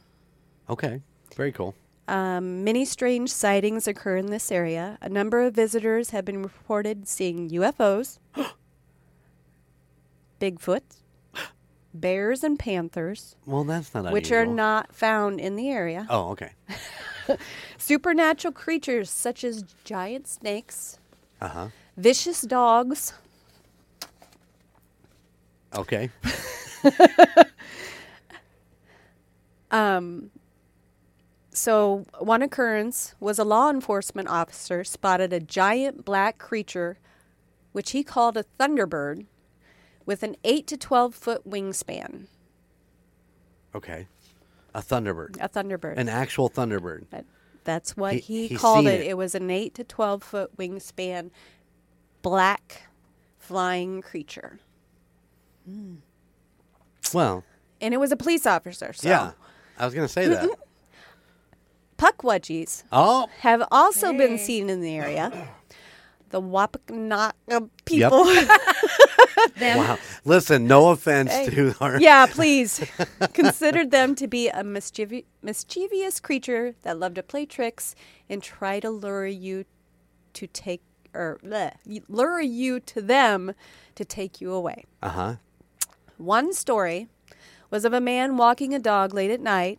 [SPEAKER 2] Okay. Very cool.
[SPEAKER 3] Um, many strange sightings occur in this area. A number of visitors have been reported seeing UFOs,
[SPEAKER 2] [gasps]
[SPEAKER 3] Bigfoot, bears, and panthers,
[SPEAKER 2] Well, that's not
[SPEAKER 3] which are
[SPEAKER 2] unusual.
[SPEAKER 3] not found in the area.
[SPEAKER 2] Oh, okay.
[SPEAKER 3] Supernatural creatures such as giant snakes,
[SPEAKER 2] Uh huh.
[SPEAKER 3] vicious dogs,
[SPEAKER 2] Okay.
[SPEAKER 3] So, one occurrence was a law enforcement officer spotted a giant black creature, which he called a thunderbird, with an 8 to 12 foot wingspan.
[SPEAKER 2] Okay. A Thunderbird.
[SPEAKER 3] A thunderbird.
[SPEAKER 2] An actual Thunderbird.
[SPEAKER 3] That- That's what
[SPEAKER 2] He-
[SPEAKER 3] he,
[SPEAKER 2] he's
[SPEAKER 3] called
[SPEAKER 2] seen
[SPEAKER 3] it.
[SPEAKER 2] it.
[SPEAKER 3] it. was an 8 to 12 foot wingspan black flying creature.
[SPEAKER 2] Well,
[SPEAKER 3] And it was a police officer. So,
[SPEAKER 2] yeah. I was going to say that.
[SPEAKER 3] Puckwudgies
[SPEAKER 2] oh,
[SPEAKER 3] have also been
[SPEAKER 4] Hey.
[SPEAKER 3] seen in the area. The Wampanoag people. [laughs]
[SPEAKER 4] Them.
[SPEAKER 2] wow. Listen, no offense
[SPEAKER 3] Hey.
[SPEAKER 2] to our.
[SPEAKER 3] yeah, please. Considered them to be a mischievi- mischievous creature that loved to play tricks and try to lure you to take or bleh, lure you to them to take you away.
[SPEAKER 2] Uh huh.
[SPEAKER 3] One story was of a man walking a dog late at night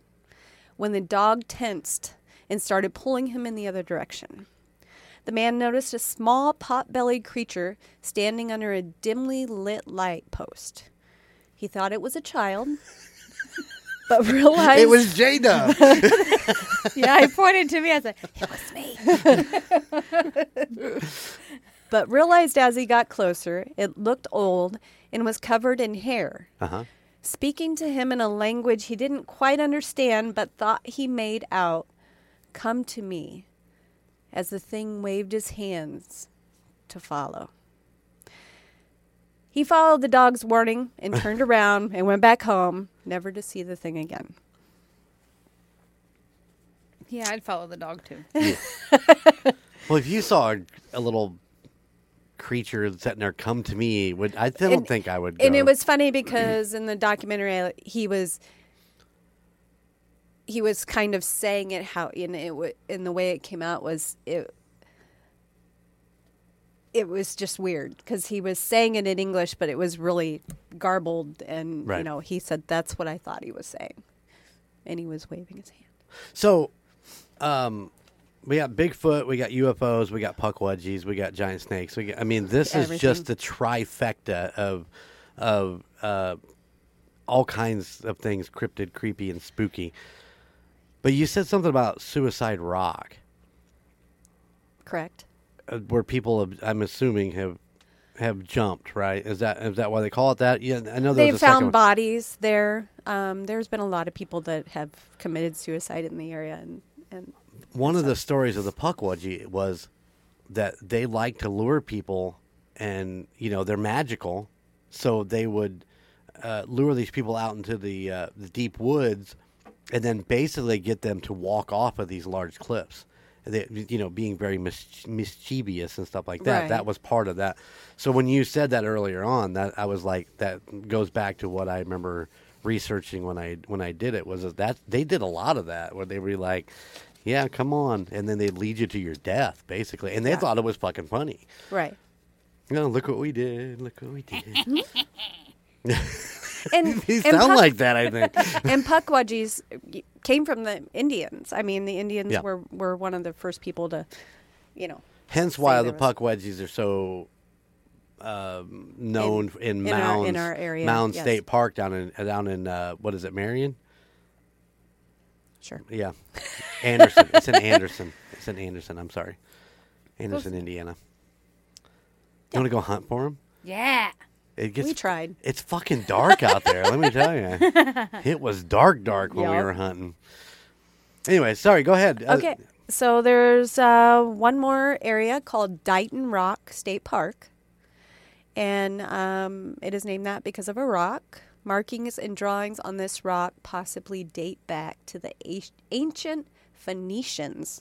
[SPEAKER 3] when the dog tensed and started pulling him in the other direction. The man noticed a small pot bellied creature standing under a dimly lit light post. He thought it was
[SPEAKER 2] [laughs]
[SPEAKER 3] a child, but realized
[SPEAKER 2] It was J [laughs] Dub.
[SPEAKER 4] yeah, he pointed to me. I was like, it was
[SPEAKER 3] [laughs]
[SPEAKER 4] me.
[SPEAKER 3] but realized as he got closer it looked old and was covered in hair.
[SPEAKER 2] uh huh.
[SPEAKER 3] speaking to him in a language he didn't quite understand but thought he made out, Come to me, as the thing waved his hands to follow. He followed the dog's warning and turned around and went back home, never to see the thing again.
[SPEAKER 4] Yeah, I'd follow the dog too.
[SPEAKER 2] Well, if you saw a, a little creature sitting there come to me, would I don't
[SPEAKER 3] And-
[SPEAKER 2] think I would.
[SPEAKER 3] And it
[SPEAKER 2] go.
[SPEAKER 3] was funny because in the documentary, he was he was kind of saying it how and it wa- and the way it came out was it it was just weird because he was saying it in English, but it was really garbled, and you
[SPEAKER 2] Right.
[SPEAKER 3] know he said that's what I thought he was saying, and he was waving his hand.
[SPEAKER 2] So, um, we got Bigfoot, we got UFOs, we got puckwudgies, we got giant snakes. We got, I mean, this is just the trifecta of of uh, all kinds of things cryptid, creepy, and spooky. But you said something about Suicide Rock,
[SPEAKER 3] Correct.
[SPEAKER 2] uh, where people, have, I'm assuming, have have jumped. Right? Is that is that why they call it that? Yeah, I know there
[SPEAKER 3] They
[SPEAKER 2] was a second
[SPEAKER 3] found
[SPEAKER 2] one.
[SPEAKER 3] bodies there. Um, there's been a lot of people that have committed suicide in the area, and, and
[SPEAKER 2] one of the stories of the Puckwudgie was that they like to lure people, and you know they're magical, so they would uh, lure these people out into the uh, the deep woods, and then basically get them to walk off of these large cliffs. They, you know, being very mis- mischievous and stuff like that.
[SPEAKER 3] Right.
[SPEAKER 2] That was part of that. So when you said that earlier on, that I was like, that goes back to what I remember researching when I when I did it was that, that they did a lot of that where they were like, yeah, come on, and then they lead you to your death basically, and they thought it was fucking funny. [laughs]
[SPEAKER 3] right.
[SPEAKER 2] You know, look what we did, look what
[SPEAKER 3] [laughs]
[SPEAKER 2] we did. [laughs]
[SPEAKER 3] And
[SPEAKER 2] They
[SPEAKER 3] and
[SPEAKER 2] sound
[SPEAKER 3] Puck-
[SPEAKER 2] like that, I
[SPEAKER 3] [laughs]
[SPEAKER 2] think.
[SPEAKER 3] and puckwudgies came from the Indians. I mean, the Indians
[SPEAKER 2] Yeah.
[SPEAKER 3] were were one of the first people to, you know,
[SPEAKER 2] Hence why
[SPEAKER 3] Say
[SPEAKER 2] the
[SPEAKER 3] there was-
[SPEAKER 2] puck wedgies are so um, known in,
[SPEAKER 3] in our- in
[SPEAKER 2] Mounds,
[SPEAKER 3] our area,
[SPEAKER 2] Mound
[SPEAKER 3] yes.
[SPEAKER 2] State Park down in uh, down in uh, what is it, Marion?
[SPEAKER 3] sure.
[SPEAKER 2] Yeah, Anderson. it's in Anderson. It's in Anderson. I'm sorry, Anderson, Indiana. You want to go hunt for him?
[SPEAKER 4] Yeah.
[SPEAKER 2] It gets
[SPEAKER 3] We tried.
[SPEAKER 2] It's fucking dark out there. let me tell
[SPEAKER 3] [laughs]
[SPEAKER 2] you, it was dark, dark when we
[SPEAKER 3] Yup.
[SPEAKER 2] were hunting. Anyway, sorry. Go ahead. Uh,
[SPEAKER 3] Okay, so there's uh, one more area called Dighton Rock State Park, and um, it is named that because of a rock. Markings and drawings on this rock possibly date back to the a- ancient Phoenicians.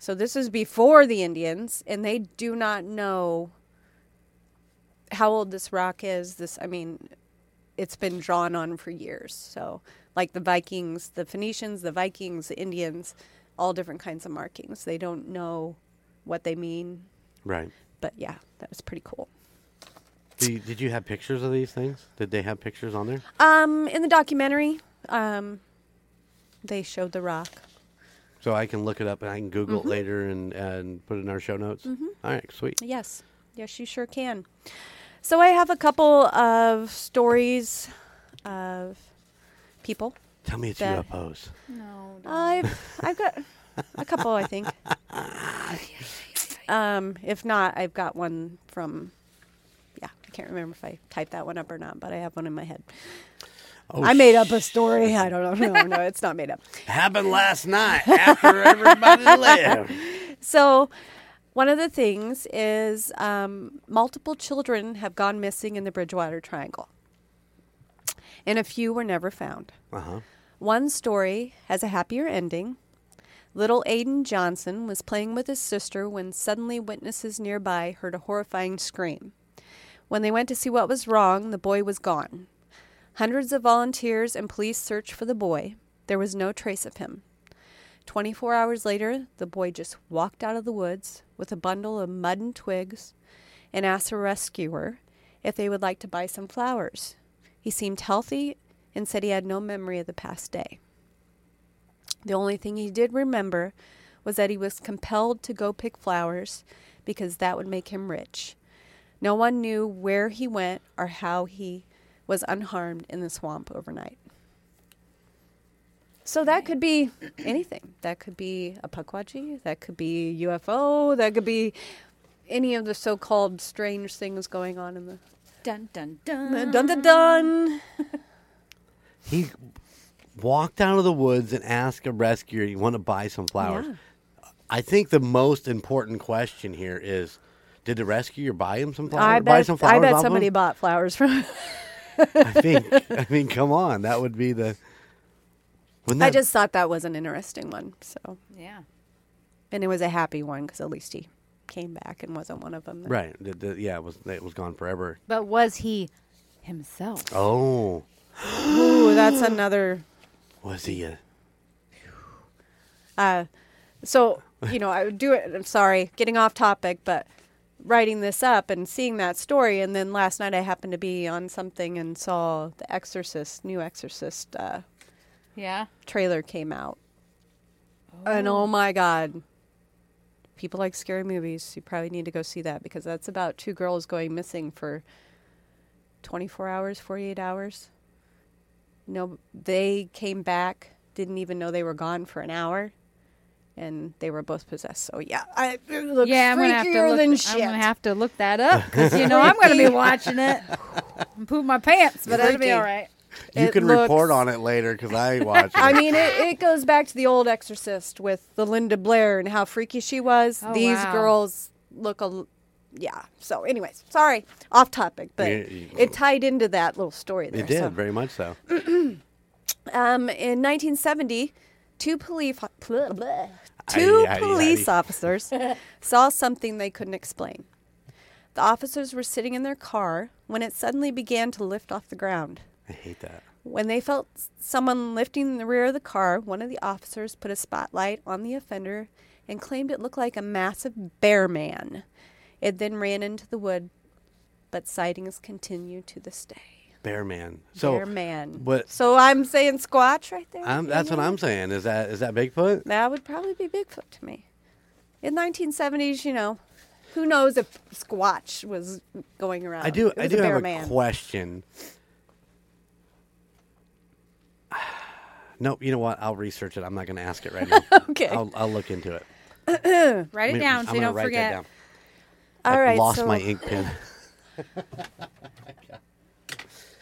[SPEAKER 3] So this is before the Indians, and they do not know how old this rock is. This, I mean, it's been drawn on for years. So, like the Vikings, the Phoenicians, the Vikings, the Indians, all different kinds of markings. They don't know what they mean,
[SPEAKER 2] right.
[SPEAKER 3] but yeah, that was pretty cool.
[SPEAKER 2] Do you- did you have pictures of these things? Did they have pictures on there?
[SPEAKER 3] Um, in the documentary, um, they showed the rock.
[SPEAKER 2] So I can look it up and I can Google
[SPEAKER 3] Mm-hmm.
[SPEAKER 2] it later and, and put it in our show notes. All right, sweet.
[SPEAKER 3] Yes, yes, you sure can. So I have a couple of stories of people.
[SPEAKER 2] Tell me it's
[SPEAKER 3] That-
[SPEAKER 2] UFOs.
[SPEAKER 4] No. don't.
[SPEAKER 3] I've I've got a couple, I think. Um, if not, I've got one from. Yeah, I can't remember if I typed that one up or not, but I have one in my head.
[SPEAKER 2] Oh,
[SPEAKER 3] I made up a story. I don't know. No, no, it's not made up.
[SPEAKER 2] Happened last
[SPEAKER 3] [laughs]
[SPEAKER 2] night after everybody left.
[SPEAKER 3] So, one of the things is um, multiple children have gone missing in the Bridgewater Triangle, and a few were never found.
[SPEAKER 2] Uh huh.
[SPEAKER 3] One story has a happier ending. Little Aiden Johnson was playing with his sister when suddenly witnesses nearby heard a horrifying scream. When they went to see what was wrong, the boy was gone. Hundreds of volunteers and police searched for the boy. There was no trace of him. 24 hours later, the boy just walked out of the woods with a bundle of mud and twigs and asked a rescuer if they would like to buy some flowers. He seemed healthy and said he had no memory of the past day. The only thing he did remember was that he was compelled to go pick flowers because that would make him rich. No one knew where he went or how he was unharmed in the swamp overnight. So that could be anything. That could be a puckwudgie. That could be UFO. That could be any of the so-called strange things going on in the Um,
[SPEAKER 4] Dun dun dun.
[SPEAKER 3] dun dun dun.
[SPEAKER 2] He walked out of the woods and asked a rescuer, "You want to buy some flowers?"
[SPEAKER 3] Yeah.
[SPEAKER 2] I think the most important question here is, did the rescuer buy him some flowers?
[SPEAKER 3] I
[SPEAKER 2] buy
[SPEAKER 3] bet.
[SPEAKER 2] some flowers
[SPEAKER 3] I bet
[SPEAKER 2] off
[SPEAKER 3] somebody
[SPEAKER 2] him?
[SPEAKER 3] bought flowers
[SPEAKER 2] [laughs]
[SPEAKER 3] from.
[SPEAKER 2] I think. I mean, come on, that would be the. Wouldn't that,
[SPEAKER 3] I just thought that was an interesting one. So,
[SPEAKER 4] Yeah.
[SPEAKER 3] and it was a happy one because at least he came back and wasn't one of them. that-
[SPEAKER 2] right? The, the, yeah, it was it was gone forever.
[SPEAKER 4] But was he himself?
[SPEAKER 2] Oh,
[SPEAKER 3] Ooh, that's another.
[SPEAKER 2] was he a?
[SPEAKER 3] So you know, I would do it. I'm sorry, getting off topic, but writing this up and seeing that story. And then last night I happened to be on something and saw The Exorcist, new Exorcist uh,
[SPEAKER 4] Yeah.
[SPEAKER 3] trailer came out. And oh my God. People like scary movies. You probably need to go see that because that's about two girls going missing for 24 hours, 48 hours. No, they came back, didn't even know they were gone for an hour, and they were both possessed. So, yeah, I, it looks
[SPEAKER 4] yeah, I'm gonna have to
[SPEAKER 3] freakier
[SPEAKER 4] look.
[SPEAKER 3] than
[SPEAKER 4] I'm
[SPEAKER 3] shit.
[SPEAKER 4] gonna have to look that up because you
[SPEAKER 3] [laughs]
[SPEAKER 4] know I'm gonna be watching it and poop my pants, but it'll be
[SPEAKER 3] Freaky.
[SPEAKER 4] all right.
[SPEAKER 2] You
[SPEAKER 3] It
[SPEAKER 2] can report
[SPEAKER 3] looks-
[SPEAKER 2] on it later because
[SPEAKER 3] [laughs]
[SPEAKER 2] I ain't watching.
[SPEAKER 3] I
[SPEAKER 2] it.
[SPEAKER 3] mean, it, it goes back to the old Exorcist with the Linda Blair and how freaky she was.
[SPEAKER 4] Oh,
[SPEAKER 3] These
[SPEAKER 4] wow.
[SPEAKER 3] girls look a, yeah. So, anyways, sorry, off topic, but
[SPEAKER 2] Yeah, you-
[SPEAKER 3] it tied into that little story. There,
[SPEAKER 2] it did
[SPEAKER 3] so.
[SPEAKER 2] very much so.
[SPEAKER 3] Um, in 1970, two police blah, blah,
[SPEAKER 2] Aye,
[SPEAKER 3] two
[SPEAKER 2] aye,
[SPEAKER 3] police
[SPEAKER 2] aye.
[SPEAKER 4] [laughs]
[SPEAKER 3] officers saw something they couldn't explain. The officers were sitting in their car when it suddenly began to lift off the ground.
[SPEAKER 2] I hate that.
[SPEAKER 3] When they felt s- someone lifting the rear of the car, one of the officers put a spotlight on the offender and claimed it looked like a massive bear man. It then ran into the wood, but sightings continue to this day.
[SPEAKER 2] Bear man. So
[SPEAKER 3] bear man.
[SPEAKER 2] what-
[SPEAKER 3] so I'm saying Squatch right there.
[SPEAKER 2] I'm, that's what I'm saying. Is that is that Bigfoot?
[SPEAKER 3] That would probably be Bigfoot to me. In 1970s, you know, who knows if Squatch was going around?
[SPEAKER 2] I do.
[SPEAKER 3] It
[SPEAKER 2] I
[SPEAKER 3] was
[SPEAKER 2] do
[SPEAKER 3] a bear
[SPEAKER 2] have a
[SPEAKER 3] man.
[SPEAKER 2] question. [sighs] Nope. You know what? I'll research it. I'm not going to ask it right now.
[SPEAKER 3] [laughs] Okay.
[SPEAKER 2] I'll, I'll look into it.
[SPEAKER 4] Write it
[SPEAKER 2] Maybe-
[SPEAKER 4] down so
[SPEAKER 2] I'm
[SPEAKER 4] you
[SPEAKER 2] gonna
[SPEAKER 4] don't
[SPEAKER 2] write
[SPEAKER 4] forget.
[SPEAKER 2] That down.
[SPEAKER 3] All
[SPEAKER 2] I
[SPEAKER 3] right,
[SPEAKER 2] lost
[SPEAKER 3] so
[SPEAKER 2] my ink
[SPEAKER 3] [laughs]
[SPEAKER 2] pen.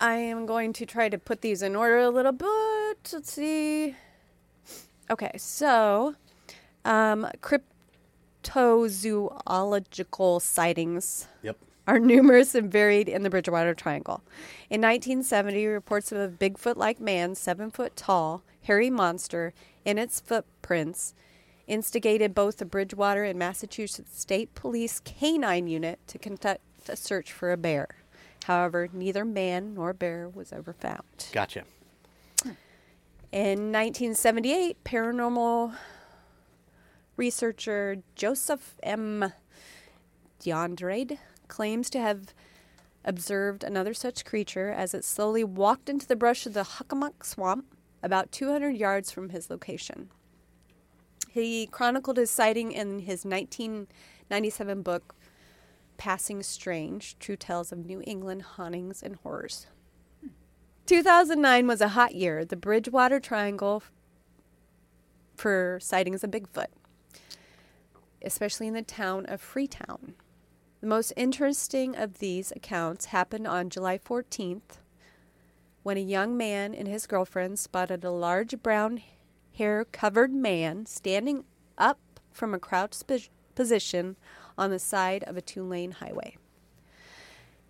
[SPEAKER 3] I am going to try to put these in order a little bit. Let's see. Okay, so um, cryptozoological sightings
[SPEAKER 2] yep.
[SPEAKER 3] are numerous and varied in the Bridgewater Triangle. In 1970, reports of a Bigfoot like man, seven foot tall, hairy monster, and its footprints instigated both the Bridgewater and Massachusetts State Police Canine Unit to conduct a search for a bear. However, neither man nor bear was ever found. [laughs]
[SPEAKER 2] Gotcha.
[SPEAKER 3] In 1978, paranormal researcher Joseph M. DeAndrade claims to have observed another such creature as it slowly walked into the brush of the Huckamuck Swamp about 200 yards from his location. He chronicled his sighting in his 1997 book, Passing Strange True Tales of New England Hauntings and Horrors. 2009 was a hot year. The Bridgewater Triangle f- for sightings of Bigfoot, especially in the town of Freetown. The most interesting of these accounts happened on July 14th when a young man and his girlfriend spotted a large brown hair covered man standing up from a crouched pos- position on the side of a two lane highway.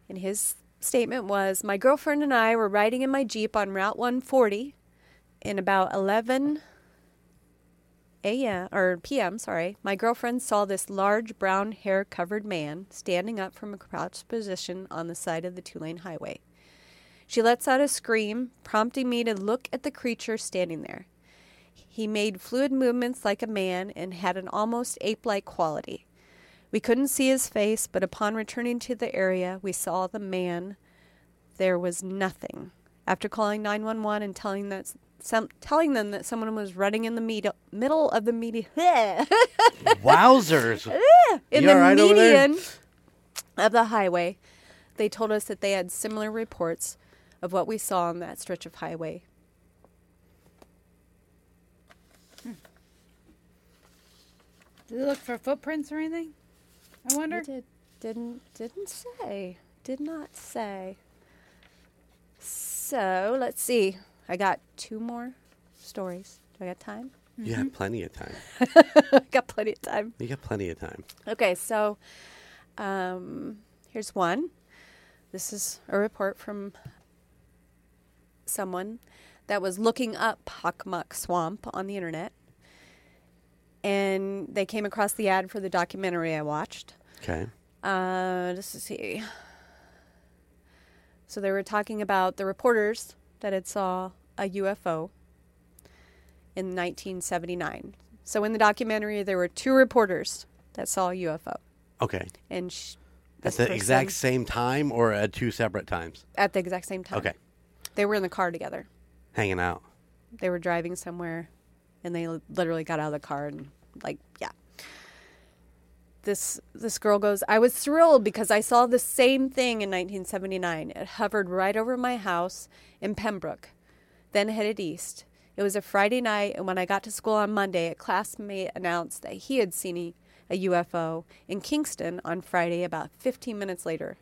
[SPEAKER 3] And his statement was My girlfriend and I were riding in my Jeep on Route 140 in about 11 a.m. or p.m., sorry. My girlfriend saw this large brown hair covered man standing up from a crouched position on the side of the two lane highway. She lets out a scream, prompting me to look at the creature standing there. He made fluid movements like a man and had an almost ape like quality. We couldn't see his face, but upon returning to the area, we saw the man. There was nothing. After calling 911 and telling that some, telling them that someone was running in the media, middle of the media [laughs]
[SPEAKER 2] Wowzers.
[SPEAKER 3] in
[SPEAKER 2] You
[SPEAKER 3] the
[SPEAKER 2] all right over there?
[SPEAKER 3] median of the highway, they told us that they had similar reports of what we saw on that stretch of highway.
[SPEAKER 4] Did they look for footprints or anything? I wonder.
[SPEAKER 3] Did, didn't didn't say. Did not say. So let's see. I got two more stories. Do I got time? [laughs]
[SPEAKER 2] You
[SPEAKER 3] Mm-hmm.
[SPEAKER 2] have plenty of time.
[SPEAKER 3] I got plenty of time.
[SPEAKER 2] You got plenty of time.
[SPEAKER 3] Okay, so um, here's one. This is a report from someone that was looking up Hawkmuck Swamp on the internet, and they came across the ad for the documentary I watched.
[SPEAKER 2] Okay.
[SPEAKER 3] Uh, just to see. So they were talking about the reporters that had saw a UFO in 1979. So in the documentary, there were two reporters that saw a UFO.
[SPEAKER 2] Okay.
[SPEAKER 3] and sh-
[SPEAKER 2] At
[SPEAKER 3] this
[SPEAKER 2] the exact
[SPEAKER 3] person-
[SPEAKER 2] same time or at two separate times?
[SPEAKER 3] at the exact same time.
[SPEAKER 2] Okay.
[SPEAKER 3] They were in the car together.
[SPEAKER 2] Hanging out.
[SPEAKER 3] They were driving somewhere, and they li- literally got out of the car and like yeah. This this girl goes. I was thrilled because I saw the same thing in 1979. It hovered right over my house in Pembroke, then headed east. It was a Friday night, and when I got to school on Monday, a classmate announced that he had seen a- a UFO in Kingston on Friday about 15 minutes later.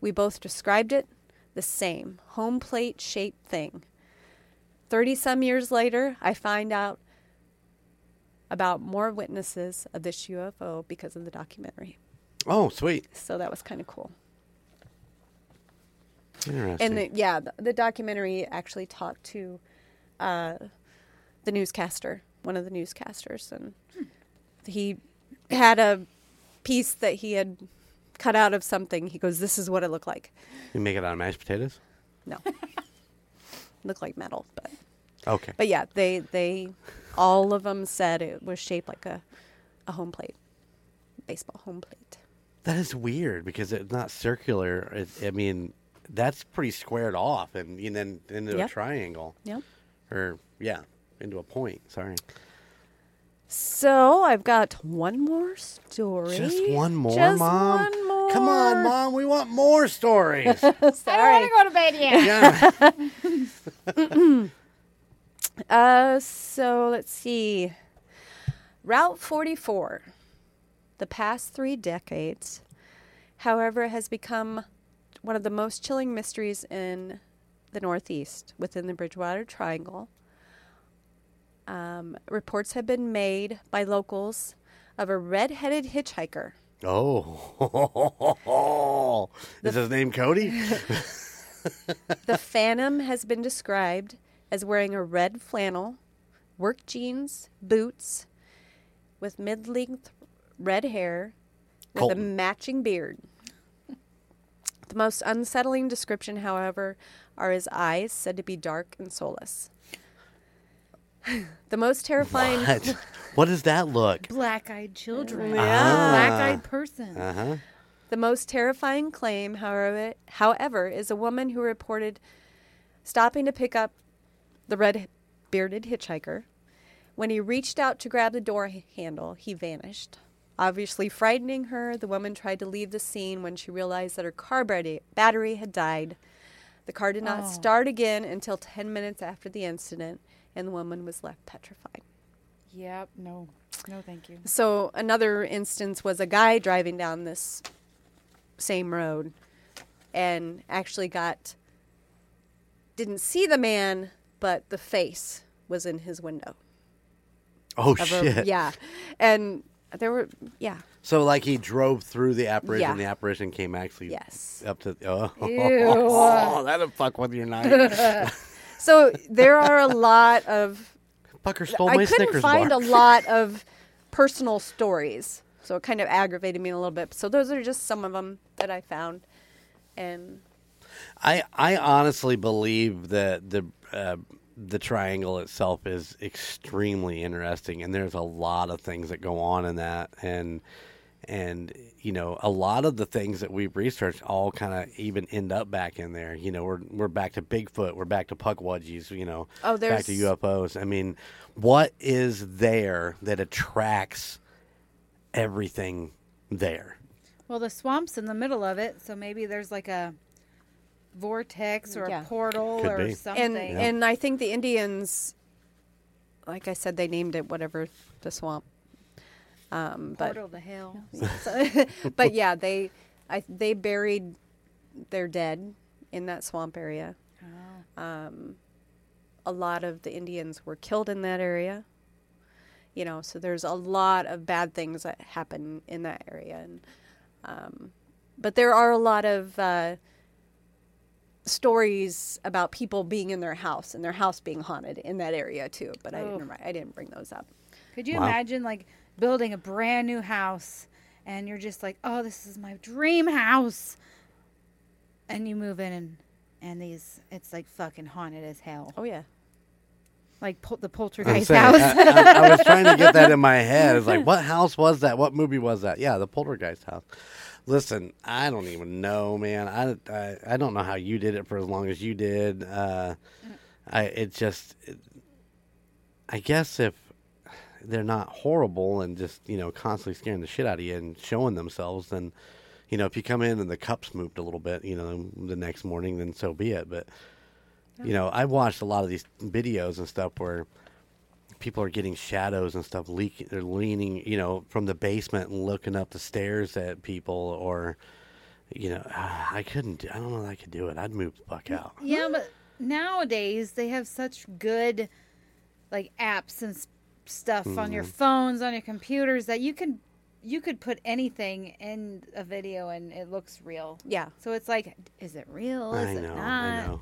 [SPEAKER 3] We both described it the same home plate shaped thing. 30 some years later, I find out about more witnesses of this UFO because of the documentary.
[SPEAKER 2] Oh, sweet.
[SPEAKER 3] So that was kind of cool.
[SPEAKER 2] Interesting.
[SPEAKER 3] And the, yeah, the, the documentary actually talked to uh, the newscaster, one of the newscasters, and he had a piece that he had cut out of something. He goes, "This is what it looked like."
[SPEAKER 2] you make it out of mashed potatoes?
[SPEAKER 3] No, looked like metal, but
[SPEAKER 2] Okay.
[SPEAKER 3] but yeah, they they all of them said it was shaped like a a home plate, baseball home plate.
[SPEAKER 2] That is weird because it's not circular. It, I mean, that's pretty squared off and, and then into
[SPEAKER 3] Yep.
[SPEAKER 2] a triangle.
[SPEAKER 3] Yep.
[SPEAKER 2] Or, yeah, into a point. Sorry.
[SPEAKER 3] So I've got one more story.
[SPEAKER 2] Just one more,
[SPEAKER 3] Just
[SPEAKER 2] Mom.
[SPEAKER 3] one more.
[SPEAKER 2] Come on, Mom. We want more
[SPEAKER 3] [laughs]
[SPEAKER 2] stories.
[SPEAKER 4] I
[SPEAKER 3] Sorry.
[SPEAKER 4] don't want to go to bed
[SPEAKER 3] [laughs]
[SPEAKER 4] yet.
[SPEAKER 2] yeah.
[SPEAKER 3] Uh, so let's see. Route 44. The past three decades, however, has become one of the most chilling mysteries in the Northeast within the Bridgewater Triangle. Um, reports have been made by locals of a red-headed hitchhiker.
[SPEAKER 2] Oh. [laughs] Is his name Cody?
[SPEAKER 3] The phantom has been described as wearing a red flannel, work jeans, boots, with mid length red hair, with a
[SPEAKER 2] Colton.
[SPEAKER 3] matching beard. The most unsettling description, however, are his eyes, said to be dark and soulless. [laughs] the most terrifying.
[SPEAKER 2] [laughs] What? what does that look?
[SPEAKER 4] Black eyed children.
[SPEAKER 3] Yeah. Ah.
[SPEAKER 4] Black eyed person.
[SPEAKER 2] Uh-huh.
[SPEAKER 3] The most terrifying claim, however, however, is a woman who reported stopping to pick up the red bearded hitchhiker. When he reached out to grab the door h- handle, he vanished. Obviously frightening her, the woman tried to leave the scene when she realized that her car battery, battery had died. The car did not start again until 10 minutes after the incident, and the woman was left petrified.
[SPEAKER 4] Yep. No. No, thank you.
[SPEAKER 3] So another instance was a guy driving down this same road and actually got didn't see the man, but the face was in his window.
[SPEAKER 2] Oh,
[SPEAKER 3] of a-
[SPEAKER 2] shit.
[SPEAKER 3] yeah. And there were yeah.
[SPEAKER 2] So like he drove through the apparition.
[SPEAKER 3] Yeah.
[SPEAKER 2] The apparition came actually
[SPEAKER 3] Yes.
[SPEAKER 2] up to. Oh, [laughs]
[SPEAKER 4] Ew.
[SPEAKER 2] that'll fuck with your
[SPEAKER 3] [laughs]
[SPEAKER 2] night.
[SPEAKER 3] So there are a lot of
[SPEAKER 2] Fucker stole my
[SPEAKER 3] I couldn't
[SPEAKER 2] Snickers
[SPEAKER 3] find
[SPEAKER 2] bar.
[SPEAKER 3] a lot of personal stories. So it kind of aggravated me a little bit. So those are just some of them that I found. And
[SPEAKER 2] I I honestly believe that the uh, the triangle itself is extremely interesting, and there's a lot of things that go on in that, and and you know a lot of the things that we've researched all kind of even end up back in there. You know, we're we're back to Bigfoot, we're back to Puckwudgies, you know,
[SPEAKER 3] Oh,
[SPEAKER 2] back
[SPEAKER 3] there's-
[SPEAKER 2] to UFOs. I mean, what is there that attracts everything there?
[SPEAKER 4] Well, the swamp's in the middle of it, so maybe there's like a vortex or
[SPEAKER 3] Yeah.
[SPEAKER 4] a portal
[SPEAKER 2] Could
[SPEAKER 4] or
[SPEAKER 2] be. And-
[SPEAKER 4] something.
[SPEAKER 3] and and I think the Indians, like I said, they named it whatever the swamp. Um, but
[SPEAKER 4] portal to hell.
[SPEAKER 3] [laughs] but yeah, they I, they buried their dead in that swamp area. Oh. Um, A lot of the Indians were killed in that area. You know, so there's a lot of bad things that happen in that area, and um, but there are a lot of uh, stories about people being in their house and their house being haunted in that area too. But I didn't ri- I didn't bring those up.
[SPEAKER 4] Could you
[SPEAKER 2] Wow.
[SPEAKER 4] imagine like building a brand new house and you're just like, oh, this is my dream house, and you move in and and these it's like fucking haunted as hell.
[SPEAKER 3] Oh yeah,
[SPEAKER 4] Like pol- the
[SPEAKER 2] I'm
[SPEAKER 4] Poltergeist
[SPEAKER 2] saying, uh,
[SPEAKER 4] house. [laughs]
[SPEAKER 2] I, I- I was trying to get that in my head. It's like, what house was that? What movie was that? Yeah, the Poltergeist house. Listen, I don't even know, man. I, I, I don't know how you did it for as long as you did. Uh, I it just, it- I guess if they're not horrible and just you know constantly scaring the shit out of you and showing themselves, then you know if you come in and the cups moved a little bit, you know the next morning, then so be it. But you know, I watched a lot of these videos and stuff where people are getting shadows and stuff leaking they're leaning you know from the basement and looking up the stairs at people or you know ah, i couldn't do, i don't know that i could do it i'd move the fuck out
[SPEAKER 4] Yeah, but nowadays they have such good like apps and s- stuff on
[SPEAKER 2] Mm-hmm.
[SPEAKER 4] your phones, on your computers that you can you could put anything in a video and it looks real.
[SPEAKER 3] Yeah.
[SPEAKER 4] So it's like, is it real? Is
[SPEAKER 2] i
[SPEAKER 4] it
[SPEAKER 2] know
[SPEAKER 4] not?
[SPEAKER 2] i know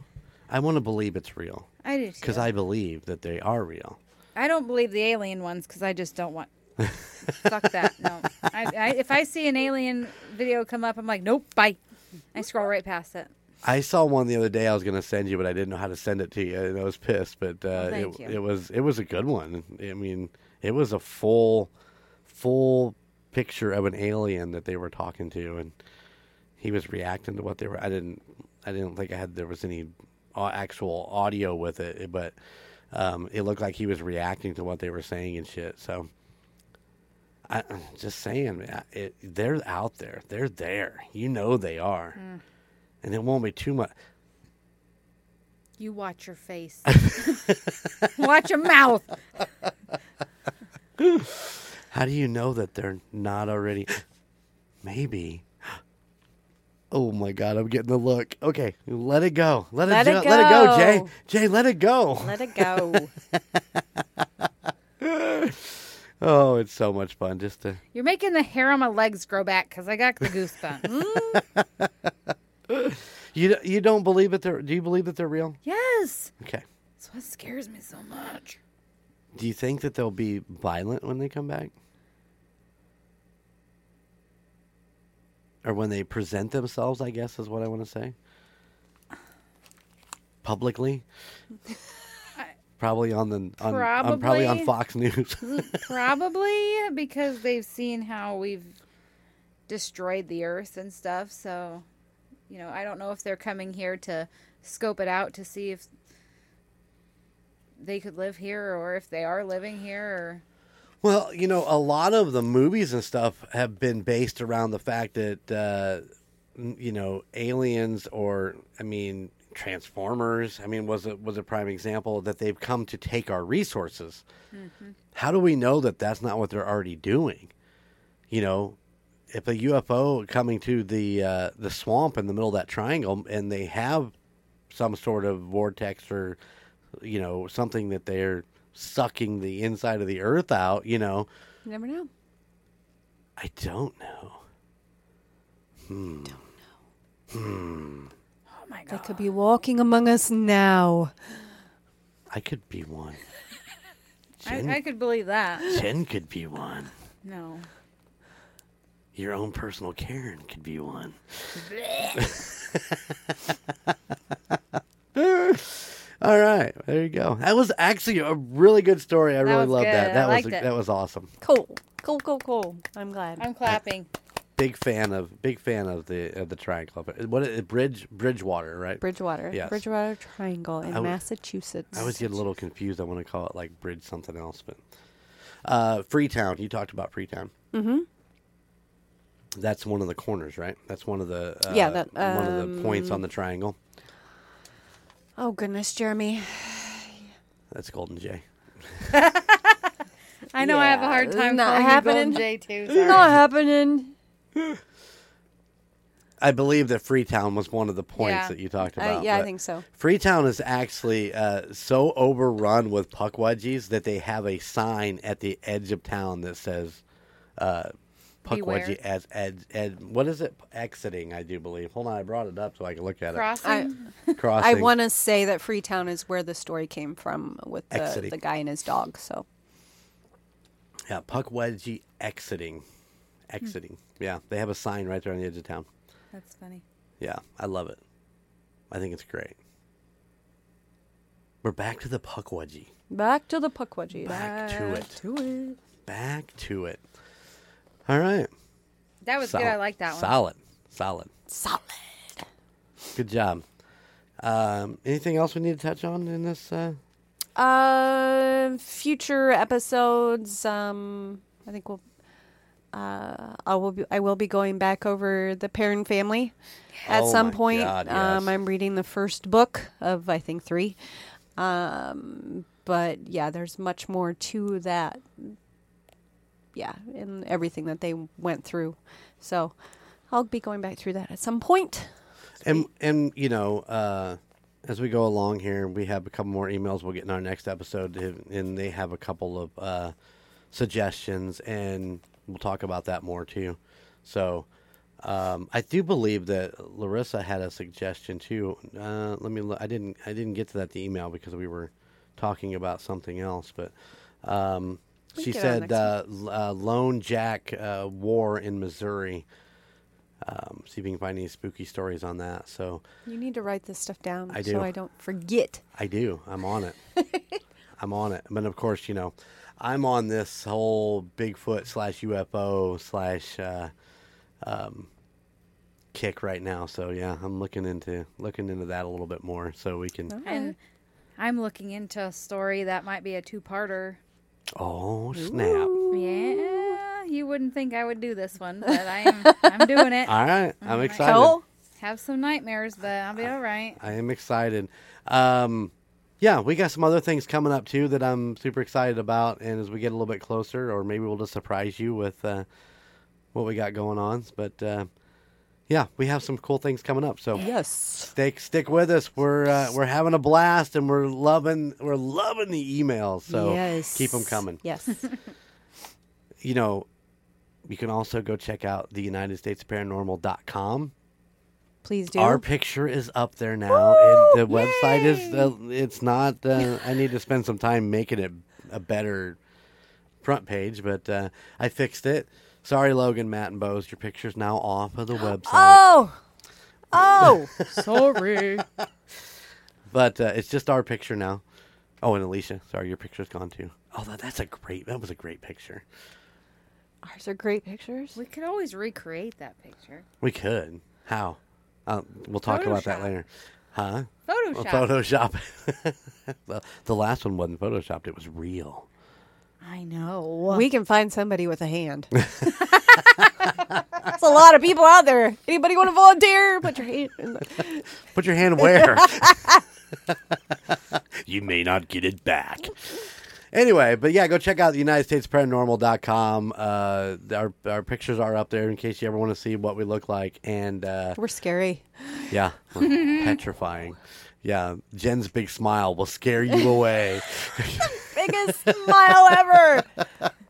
[SPEAKER 2] i want to believe it's real
[SPEAKER 4] I do too.
[SPEAKER 2] because i believe that they are real
[SPEAKER 4] I don't believe the alien ones because I just
[SPEAKER 2] [laughs]
[SPEAKER 4] don't want. Fuck that. No. I, I, if I see an alien video come up, I'm like, nope, bye. I scroll right past it.
[SPEAKER 2] I saw one the other day. I was going to send you, but I didn't know how to send it to you, and I was pissed. But uh,
[SPEAKER 4] thank
[SPEAKER 2] it,
[SPEAKER 4] you.
[SPEAKER 2] it was it was a good one. I mean, it was a full full picture of an alien that they were talking to, and he was reacting to what they were. I didn't I didn't think I had there was any au- actual audio with it, but um, it looked like he was reacting to what they were saying and shit. So. I, I'm just saying, man, I- it, they're out there. They're there. You know they are,
[SPEAKER 4] Mm.
[SPEAKER 2] and it won't be too much.
[SPEAKER 4] You watch your face. [laughs] watch your mouth.
[SPEAKER 2] How do you know that they're not already? [gasps] Maybe. [gasps] Oh my God, I'm getting the look. Okay, let it go. Let it,
[SPEAKER 3] Let it
[SPEAKER 2] ju- let it go, Jay.
[SPEAKER 3] go.
[SPEAKER 2] Jay, let it go. [laughs]
[SPEAKER 3] Let it [laughs] go.
[SPEAKER 2] Oh, it's so much fun just to.
[SPEAKER 4] You're making the hair on my legs grow back because I got the goosebumps.
[SPEAKER 2] You d- you don't believe that they're? Do you believe that they're real?
[SPEAKER 4] yes.
[SPEAKER 2] Okay.
[SPEAKER 4] That's what scares me so much.
[SPEAKER 2] Do you think that they'll be violent when they come back? Or when they present themselves, I guess is what I want to say. Publicly? probably on the on, on- probably on
[SPEAKER 4] Probably.
[SPEAKER 2] Fox News. [laughs]
[SPEAKER 4] Probably because they've seen how we've destroyed the earth and stuff. So, you know, I don't know if they're coming here to scope it out to see if they could live here or if they are living here or.
[SPEAKER 2] Well, you know, a lot of the movies and stuff have been based around the fact that, uh, n- you know, aliens or, I mean, Transformers. I mean, was a was a prime example that they've come to take our resources. How do we know that that's not what they're already doing? You know, if a UFO coming to the uh, the swamp in the middle of that triangle, and they have some sort of vortex or you know something that they're sucking the inside of the earth out you know
[SPEAKER 3] You never know.
[SPEAKER 2] i don't know
[SPEAKER 4] Oh my
[SPEAKER 3] They
[SPEAKER 4] God.
[SPEAKER 3] could be walking among us now.
[SPEAKER 2] i could be one
[SPEAKER 4] I,
[SPEAKER 2] jen,
[SPEAKER 4] I could believe that.
[SPEAKER 2] jen could be one
[SPEAKER 4] No.
[SPEAKER 2] your own personal karen could be one [laughs] all right there you go that was actually a really good story i really
[SPEAKER 4] was
[SPEAKER 2] love that
[SPEAKER 4] good.
[SPEAKER 2] that
[SPEAKER 4] I
[SPEAKER 2] was
[SPEAKER 4] liked it.
[SPEAKER 2] that was awesome
[SPEAKER 3] Cool. Cool, cool, cool. I'm glad.
[SPEAKER 4] I'm clapping.
[SPEAKER 2] big fan of big fan of the of the triangle what is it bridge bridgewater right
[SPEAKER 3] Bridgewater.
[SPEAKER 2] Yes.
[SPEAKER 3] Bridgewater Triangle in
[SPEAKER 2] I w-
[SPEAKER 3] Massachusetts.
[SPEAKER 2] I always get a little confused. I want to call it like Bridge something else, but uh, Freetown. You talked about Freetown. Mm-hmm. That's one of the corners, right? That's one of the uh,
[SPEAKER 3] Yeah, that, um,
[SPEAKER 2] one of the points on the triangle.
[SPEAKER 3] Oh, goodness, Jeremy.
[SPEAKER 2] That's Golden J.
[SPEAKER 4] I know I have a
[SPEAKER 3] Yeah,
[SPEAKER 4] hard time
[SPEAKER 3] not
[SPEAKER 4] calling
[SPEAKER 3] happening.
[SPEAKER 4] you Golden
[SPEAKER 3] [laughs]
[SPEAKER 4] J too.
[SPEAKER 3] It's
[SPEAKER 4] Sorry.
[SPEAKER 3] not happening.
[SPEAKER 2] I believe that Freetown was one of the points
[SPEAKER 4] Yeah.
[SPEAKER 2] that you talked
[SPEAKER 3] I-
[SPEAKER 2] about.
[SPEAKER 3] yeah, I
[SPEAKER 2] but
[SPEAKER 3] think so.
[SPEAKER 2] Freetown is actually uh, so overrun with puck wedgies that they have a sign at the edge of town that says uh, puck
[SPEAKER 4] Beware.
[SPEAKER 2] wedgie as ed, ed, what is it exiting? I do believe. Hold on, I brought it up so I can look at
[SPEAKER 4] Crossing.
[SPEAKER 3] I,
[SPEAKER 2] it.
[SPEAKER 3] I
[SPEAKER 2] [laughs] Crossing.
[SPEAKER 3] want to say that Freetown is where the story came from with the,
[SPEAKER 2] Exiting.
[SPEAKER 3] the guy and his dog. So
[SPEAKER 2] Yeah, puck wedgie exiting, exiting. Yeah, they have a sign right there on the edge of town.
[SPEAKER 4] Hmm. That's funny.
[SPEAKER 2] Yeah, I love it. I think it's great. We're back to the puck wedgie.
[SPEAKER 3] Back to the Puckwudgies.
[SPEAKER 2] Back to it.
[SPEAKER 3] to it.
[SPEAKER 2] Back to it. All right.
[SPEAKER 4] That was good. I like that one.
[SPEAKER 2] Solid. Solid.
[SPEAKER 3] Solid.
[SPEAKER 2] Good job. Um, anything else we need to touch on in this? Uh,
[SPEAKER 3] Uh, future episodes. Um, I think we'll. Uh, I will be. I will be going back over the parent family at
[SPEAKER 2] Oh
[SPEAKER 3] some
[SPEAKER 2] my
[SPEAKER 3] point.
[SPEAKER 2] God, yes.
[SPEAKER 3] Um, I'm reading the first book of I think three. Um, but yeah, there's much more to that. Yeah, and everything that they went through. So, I'll be going back through that at some point.
[SPEAKER 2] and and you know, uh, as we go along here, we have a couple more emails we'll get in our next episode, and they have a couple of uh, suggestions, and we'll talk about that more too. So, um, I do believe that Larissa had a suggestion too. Uh, let me. Look. I didn't. I didn't get to that the email because we were talking about something else, but. Um,
[SPEAKER 3] We
[SPEAKER 2] she
[SPEAKER 3] can do it on
[SPEAKER 2] said
[SPEAKER 3] the
[SPEAKER 2] uh, l- uh, Lone Jack uh, War in Missouri. Um, see if you can find any spooky stories on that. So
[SPEAKER 3] You need to write this stuff down
[SPEAKER 2] I do.
[SPEAKER 3] so I don't forget.
[SPEAKER 2] I do. I'm on [laughs] it. I'm on it. But of course, you know, I'm on this whole Bigfoot slash UFO slash uh, um, kick right now. So yeah, I'm looking into looking into that a little bit more, so we can.
[SPEAKER 4] And I'm looking into a story that might be a two-parter.
[SPEAKER 2] Oh snap!
[SPEAKER 4] Yeah, you wouldn't think I would do this one, but
[SPEAKER 3] [laughs]
[SPEAKER 4] I am. I'm doing it.
[SPEAKER 2] All right, I'm excited.
[SPEAKER 3] Cool.
[SPEAKER 4] Have some nightmares, but I'll be
[SPEAKER 2] [laughs]
[SPEAKER 4] all right.
[SPEAKER 2] I am excited. Um, yeah, we got some other things coming up too that I'm super excited about. And as we get a little bit closer, or maybe we'll just surprise you with uh, what we got going on. But uh, yeah, we have some cool things coming up. So
[SPEAKER 3] Yes.
[SPEAKER 2] stick stick with us. We're uh, we're having a blast, and we're loving we're loving the emails. So
[SPEAKER 3] yes.
[SPEAKER 2] keep them coming
[SPEAKER 3] Yes. [laughs]
[SPEAKER 2] you know, you can also go check out the United States Paranormal.com.
[SPEAKER 3] Please do. Oh.
[SPEAKER 2] Our picture is up there now, and the website is. Uh, it's not. Uh, I need to spend some time making it a better front page, but uh, I fixed it. Sorry, Logan, Matt, and Bose, your picture's now off of the website,
[SPEAKER 3] [gasps] oh.
[SPEAKER 2] [laughs]
[SPEAKER 3] Oh. Sorry.
[SPEAKER 2] but uh, it's just our picture now. Oh, and Alicia, sorry, your picture's gone too. Oh, that, that's a great. That was a great picture.
[SPEAKER 3] Ours are great pictures.
[SPEAKER 4] We could always recreate that picture.
[SPEAKER 2] We could. How? Uh, we'll talk about that
[SPEAKER 4] Photoshop.
[SPEAKER 2] later, huh?
[SPEAKER 4] Photoshop.
[SPEAKER 2] Well, Photoshop. [laughs] the, the last one wasn't photoshopped; it was real.
[SPEAKER 4] I know.
[SPEAKER 3] We can find somebody with
[SPEAKER 2] [laughs]
[SPEAKER 3] a hand. There's a lot of people out there. Anybody want to volunteer? Put your hand. In the... [laughs]
[SPEAKER 2] Put your hand where? [laughs] you may not get it back. Anyway, but yeah, go check out the United States Paranormal.com. Uh, our, our pictures are up there in case you ever want to see what we look like. And uh,
[SPEAKER 3] We're scary.
[SPEAKER 2] yeah, we're petrifying. Yeah, Jen's big smile will scare you away. [laughs]
[SPEAKER 3] Biggest smile ever.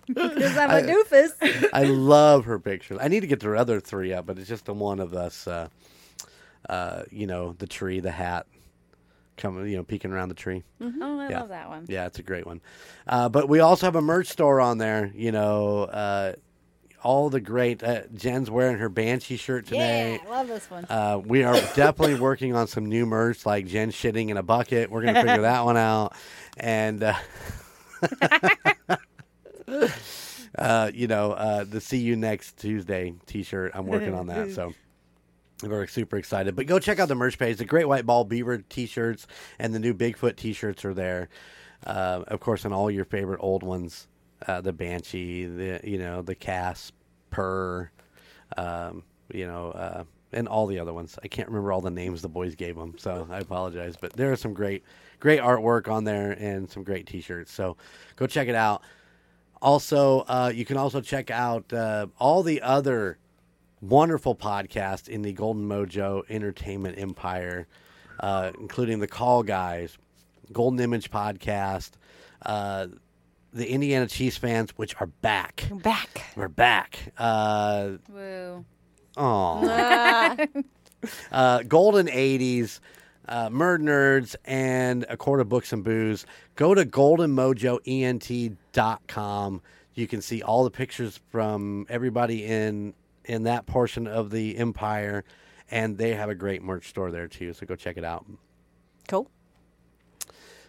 [SPEAKER 4] Because I'm a doofus.
[SPEAKER 2] I love her pictures. I need to get the other three up, but it's just the one of us, uh, uh, you know, the tree, the hat, coming, you know, peeking around the tree.
[SPEAKER 4] oh, I
[SPEAKER 2] Yeah.
[SPEAKER 4] love that one.
[SPEAKER 2] Yeah, it's a great one. Uh, but we also have a merch store on there. You know, uh, all the great. Uh, Jen's wearing her Banshee shirt today.
[SPEAKER 4] Yeah, I love this one.
[SPEAKER 2] Uh, we are
[SPEAKER 4] [laughs]
[SPEAKER 2] definitely working on some new merch, like Jen shitting in a bucket. We're gonna figure that one out, and uh, [laughs] uh, you know, uh, the "See You Next Tuesday" T-shirt. I'm working on that,
[SPEAKER 4] [laughs]
[SPEAKER 2] so we're super excited. But go check out the merch page. The Great White Ball Beaver T-shirts and the new Bigfoot T-shirts are there, uh, of course, and all your favorite old ones: uh, the Banshee, the you know, the Casp, Purr um, you know, uh, and all the other ones. I can't remember all the names the boys gave them, so I apologize. But there is some great, great artwork on there and some great T-shirts. So go check it out. Also, uh, you can also check out uh, all the other wonderful podcasts in the Golden Mojo Entertainment Empire, uh, including the Call Guys, Golden Image Podcast, uh, the Indiana Chiefs fans, which are back.
[SPEAKER 3] Back.
[SPEAKER 2] We're back. Uh,
[SPEAKER 4] Woo.
[SPEAKER 2] Aw. uh, Golden 80s, uh, Murd Nerds, and A Court of Books and Booze. Go to E goldenmojoent.com. You can see all the pictures from everybody in in that portion of the empire, and they have a great merch store there too. So go check it out.
[SPEAKER 3] Cool.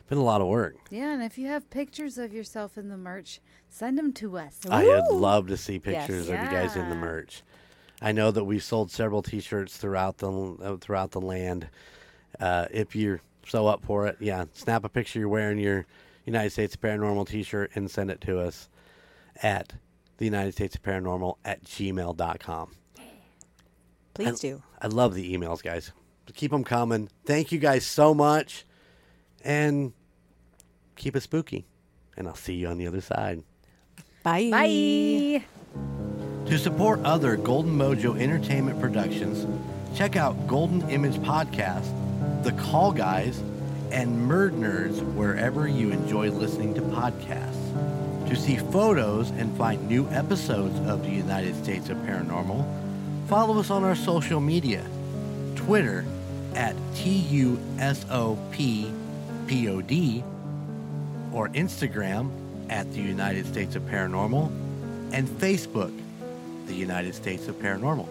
[SPEAKER 2] Been a lot of work.
[SPEAKER 4] Yeah, and if you have pictures of yourself in the merch, send them to us.
[SPEAKER 2] I would love to see pictures
[SPEAKER 4] Yes.
[SPEAKER 2] of you guys in the
[SPEAKER 4] Yeah.
[SPEAKER 2] merch. I know that we sold several T-shirts throughout the uh, throughout the land. Uh, if you're so up for it, yeah, snap a picture you're wearing your United States of Paranormal T-shirt and send it to us at the United States of Paranormal at gmail.com.
[SPEAKER 5] Please do.
[SPEAKER 2] I love the emails, guys. Keep them coming. Thank you guys so much, and keep it spooky. And I'll see you on the other side.
[SPEAKER 5] Bye.
[SPEAKER 4] Bye.
[SPEAKER 2] To support other Golden Mojo Entertainment productions, check out Golden Image Podcast, The Call Guys, and Murd Nerds wherever you enjoy listening to podcasts. To see photos and find new episodes of the United States of Paranormal, follow us on our social media Twitter at TUSOPPOD or Instagram at the United States of Paranormal and Facebook, the United States of Paranormal.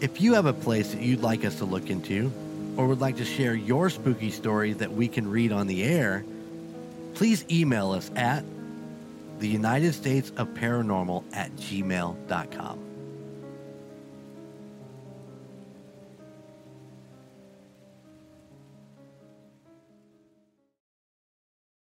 [SPEAKER 2] If you have a place that you'd like us to look into or would like to share your spooky story that we can read on the air, please email us at the United States of Paranormal at gmail.com.